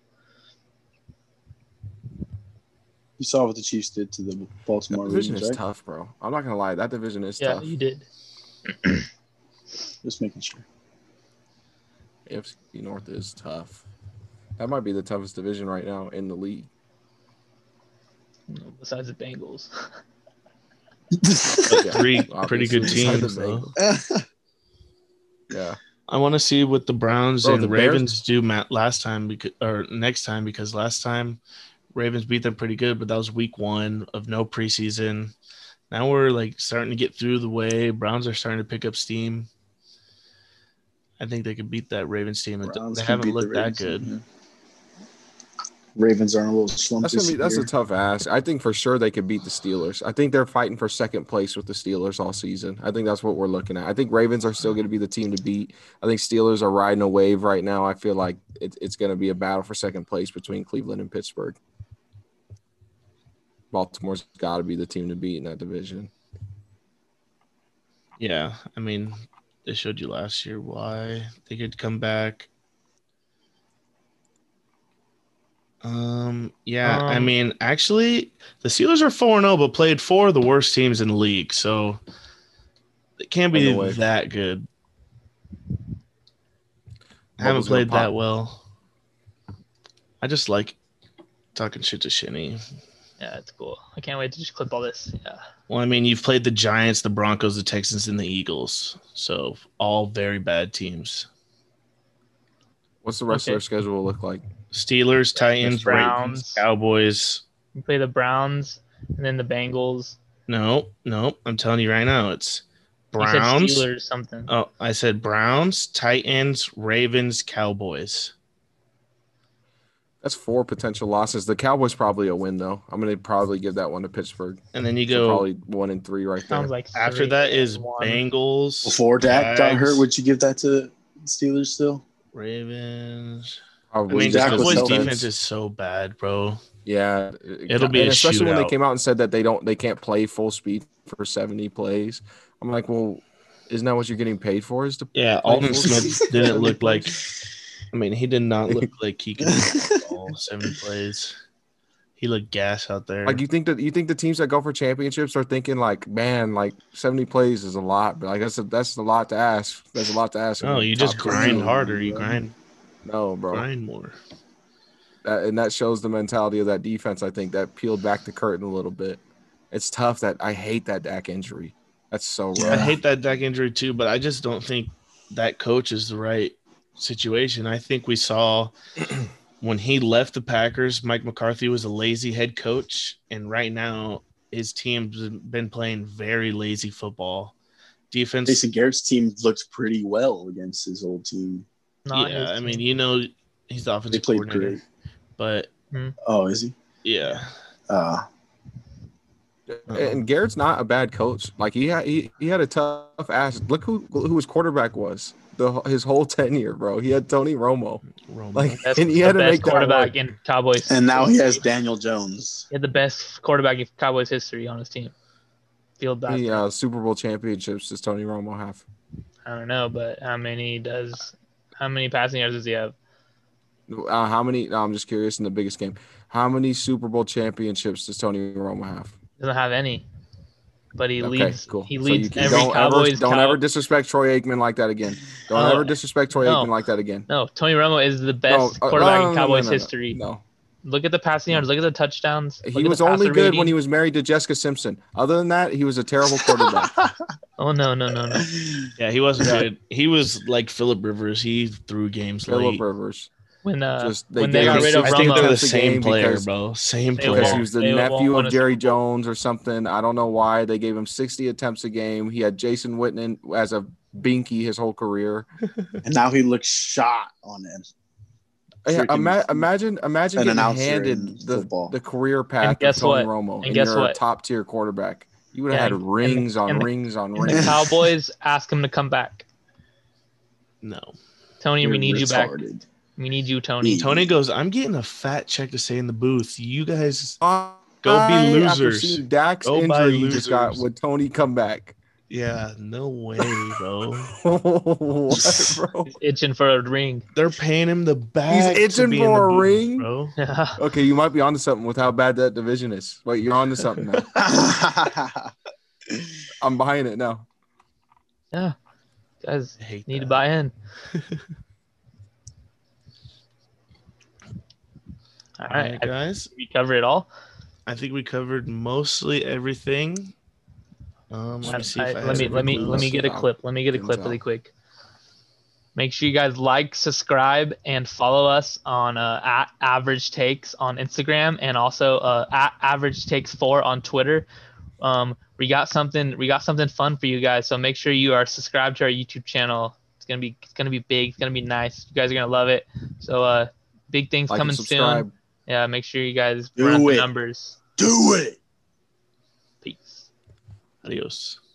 S3: You saw what the Chiefs did to the
S2: That
S3: Baltimore
S2: division
S3: Ravens,
S2: is
S3: right?
S2: tough, bro. I'm not gonna lie, that division is
S4: yeah,
S2: tough.
S4: you did.
S3: Just
S1: (laughs)
S3: making sure.
S2: AFC North is tough. That might be the toughest division right now in the league.
S4: Besides the Bengals, (laughs)
S2: Yeah,
S1: Three pretty
S2: (laughs) obviously,
S1: good
S2: besides the
S1: teams though.
S2: Bengals. Yeah,
S1: I want to see what the Browns
S2: Bro,
S1: and
S2: the Bears-
S1: Ravens do ma- last time because or next time because last time Ravens beat them pretty good, but that was week one of no preseason. Now we're like starting to get through the way. Browns are starting to pick up steam. I think they could beat that Ravens team. That
S3: Browns
S1: they
S3: can
S1: haven't
S3: beat the
S1: looked that
S3: Ravens,
S1: good.
S3: yeah. Ravens are in a little slump.
S2: that's gonna
S3: this
S2: be that's
S3: year.
S2: a tough ask. I think for sure they could beat the Steelers. I think they're fighting for second place with the Steelers all season. I think that's what we're looking at. I think Ravens are still gonna be the team to beat. I think Steelers are riding a wave right now. I feel like it, it's gonna be a battle for second place between Cleveland and Pittsburgh. Baltimore's got to be the team to beat in that division.
S1: Yeah, I mean, they showed you last year why they could come back. Um, yeah, I
S4: Um,
S1: mean, actually, the Steelers are 4 0, but played four of the worst teams in the league, so they can't
S2: By
S1: be
S2: the way.
S1: that good.
S2: What
S1: haven't
S2: was gonna
S1: played
S2: pop-
S1: that well. I just like talking shit to Shinny.
S4: yeah, it's cool. I can't wait to just clip all this. Yeah,
S1: Well, I mean, you've played the Giants, the Broncos, the Texans, and the Eagles, so all very bad teams.
S2: What's the rest
S4: Okay.
S2: of their schedule look like?
S1: Steelers, Titans,
S4: Ravens, Browns.
S1: Browns, Cowboys.
S4: you play the Browns and then the Bengals.
S1: No, no, I'm telling you right now, it's
S4: You said
S1: Browns.
S4: Steelers something.
S1: Oh, I said Browns, Titans, Ravens, Cowboys.
S2: That's four potential losses. The Cowboys probably a win though. I'm gonna probably give that one to Pittsburgh.
S1: And then you
S2: So
S1: go
S2: probably one and three right there.
S4: Sounds like
S1: after
S4: three
S1: that
S4: and
S1: is
S4: one.
S1: Bengals,
S3: Before Dak got
S1: Jags,
S3: hurt, would you give that to Steelers still?
S1: Ravens. I
S2: probably
S1: mean,
S3: Dak
S2: just
S1: Cowboys
S3: was
S2: because
S3: healthy.
S1: defense is so bad, bro.
S2: Yeah,
S1: It'll be
S2: and
S1: a
S2: especially when they
S1: shootout.
S2: came out and said that they don't they can't play full speed for 70 plays. I'm like, well, isn't that what you're getting paid for? Is to
S1: Yeah, Alden Smith didn't look like. I mean, he did not look like he could (laughs) all seventy plays. He looked gas out there.
S2: like you think that you think the teams that go for championships are thinking like, man, like 70 plays is a lot, but like that's a, that's a lot to ask. That's a lot to ask.
S1: no,
S2: of
S1: Oh, you
S2: top
S1: just
S2: players.
S1: grind harder. You grind,
S2: No, bro.
S1: grind more.
S2: that, and that shows the mentality of that defense. I think that peeled back the curtain a little bit. It's tough that I hate that Dak injury. That's so rough.
S1: I
S3: Yeah.
S1: hate that Dak injury too, but I just don't think that coach is the right situation. I think we saw (clears throat) when he left the Packers, Mike McCarthy was a lazy head coach, and right now his team's been playing very lazy football. Defense,
S3: Jason Garrett's team looked pretty well against his old team.
S4: Not
S1: yeah.
S4: his
S1: I mean,
S4: team.
S1: you know, he's the
S3: They
S1: offensive
S3: played
S1: coordinator,
S3: great.
S1: but
S3: Oh, is he?
S1: yeah,
S3: Uh,
S4: Uh-uh.
S2: And Garrett's not a bad coach. Like he had, he, he had a tough ass. Look who who his quarterback was. The his whole (laughs) tenure, bro. He had Tony Romo.
S1: Romo.
S2: Like
S4: That's
S2: and he
S4: the
S2: had to
S4: best
S2: make that
S4: quarterback
S2: work.
S4: in Cowboys.
S3: and now he has
S4: history.
S3: Daniel Jones.
S4: He had the best quarterback in Cowboys history on his team. Field back.
S2: The uh, Super Bowl championships does Tony Romo have?
S4: I don't know, but how many does how many passing yards does he have?
S2: Uh, how many? no, I'm just curious. In the biggest game, how many Super Bowl championships does Tony Romo have?
S4: Doesn't have any. But he leads he
S2: So
S4: leads
S2: you can-
S4: every
S2: don't
S4: Cowboys
S2: Ever, don't
S4: Cow-
S2: ever disrespect Troy Aikman like that again. Don't
S4: Oh,
S2: ever disrespect Troy
S4: no.
S2: Aikman like that again.
S4: No, Tony Romo is the best
S2: No, uh,
S4: quarterback
S2: no, no,
S4: in
S2: no, no,
S4: Cowboys
S2: no, no,
S4: history.
S2: No,
S4: Look at the passing yards, look at the touchdowns. look
S2: he
S4: at
S2: was
S4: the
S2: only
S4: passer
S2: good
S4: rating.
S2: when he was married to Jessica Simpson. Other than that, he was a
S4: (laughs)
S2: terrible quarterback.
S3: (laughs)
S4: Oh no, no, no, no.
S1: yeah, he wasn't
S2: Yeah.
S1: good. He was like Philip Rivers. He threw games
S2: Philip
S1: late.
S2: Rivers
S4: When uh
S2: Just- they
S4: when they
S2: gave
S4: got
S2: him
S4: rid of
S1: I think
S2: Romo.
S1: they're
S4: Romo,
S1: the
S2: That's a
S1: same
S2: game
S1: player,
S2: because-
S1: bro. Same
S4: They
S1: player.
S2: because
S4: won't-
S2: he was the
S4: they won't
S2: nephew of
S4: win a
S2: Jerry
S4: Super Bowl.
S2: Jones or something. I don't know why they gave him 60 attempts a game. He had Jason Whitman as a binky his whole career.
S3: And now he looks shot on him.
S2: Yeah,
S3: Freaking-
S2: ima- imagine imagine
S3: an
S2: getting
S3: announcer in
S2: handed the,
S3: football.
S2: the career path
S4: guess
S2: of Tony
S4: what?
S2: Romo and,
S4: guess
S2: you're
S4: what?
S2: a top tier quarterback. You would have
S4: Yeah,
S2: had
S4: and-
S2: rings on
S4: and the-
S2: rings on
S4: and the
S2: rings.
S4: Cowboys asked him to come back.
S1: no.
S4: Tony, we
S3: You're
S4: need you back.
S3: retarded.
S4: We need you, Tony.
S3: Yeah.
S1: Tony goes, I'm getting a fat check to stay in the booth. You guys,
S2: Go
S1: be losers.
S2: Dak's
S1: Go buy
S2: injury you just got
S1: losers.
S2: would Tony come back.
S1: yeah, no way, bro.
S2: what, bro?
S4: He's itching for a ring. (laughs)
S1: They're paying him the bag. to
S2: itching
S1: be in
S2: for
S1: the
S2: a
S1: booth,
S2: ring?
S1: bro.
S2: (laughs) Okay, you might be onto something with how bad that division is. Wait, you're onto something now.
S3: (laughs)
S2: I'm buying it now.
S4: yeah. Guys
S1: I hate
S4: need to
S1: that.
S2: (laughs)
S4: buy in. All
S1: All right,
S4: right. I,
S1: guys.
S4: we cover it all.
S1: I think we covered mostly everything. Um, let me see.
S4: I-
S1: if I
S4: let
S1: have
S4: me let me
S1: anything
S4: let me
S1: else.
S4: get a
S2: Wow.
S4: clip. Let me get a
S2: Good
S4: clip
S2: job.
S4: really quick. Make sure you guys like, subscribe, and follow us on uh, at Average Takes on Instagram and also uh, at Average Takes Four on Twitter. Um, we got something we got something fun for you guys. So make sure you are subscribed to our YouTube channel. It's gonna be it's gonna be big. It's gonna be nice. You guys are gonna love it. So uh, big things
S2: Like
S4: coming
S2: and subscribe.
S4: soon. Yeah, make sure you guys
S3: Do
S4: run up the
S3: it.
S4: numbers.
S3: Do it.
S4: Peace.
S1: Adios.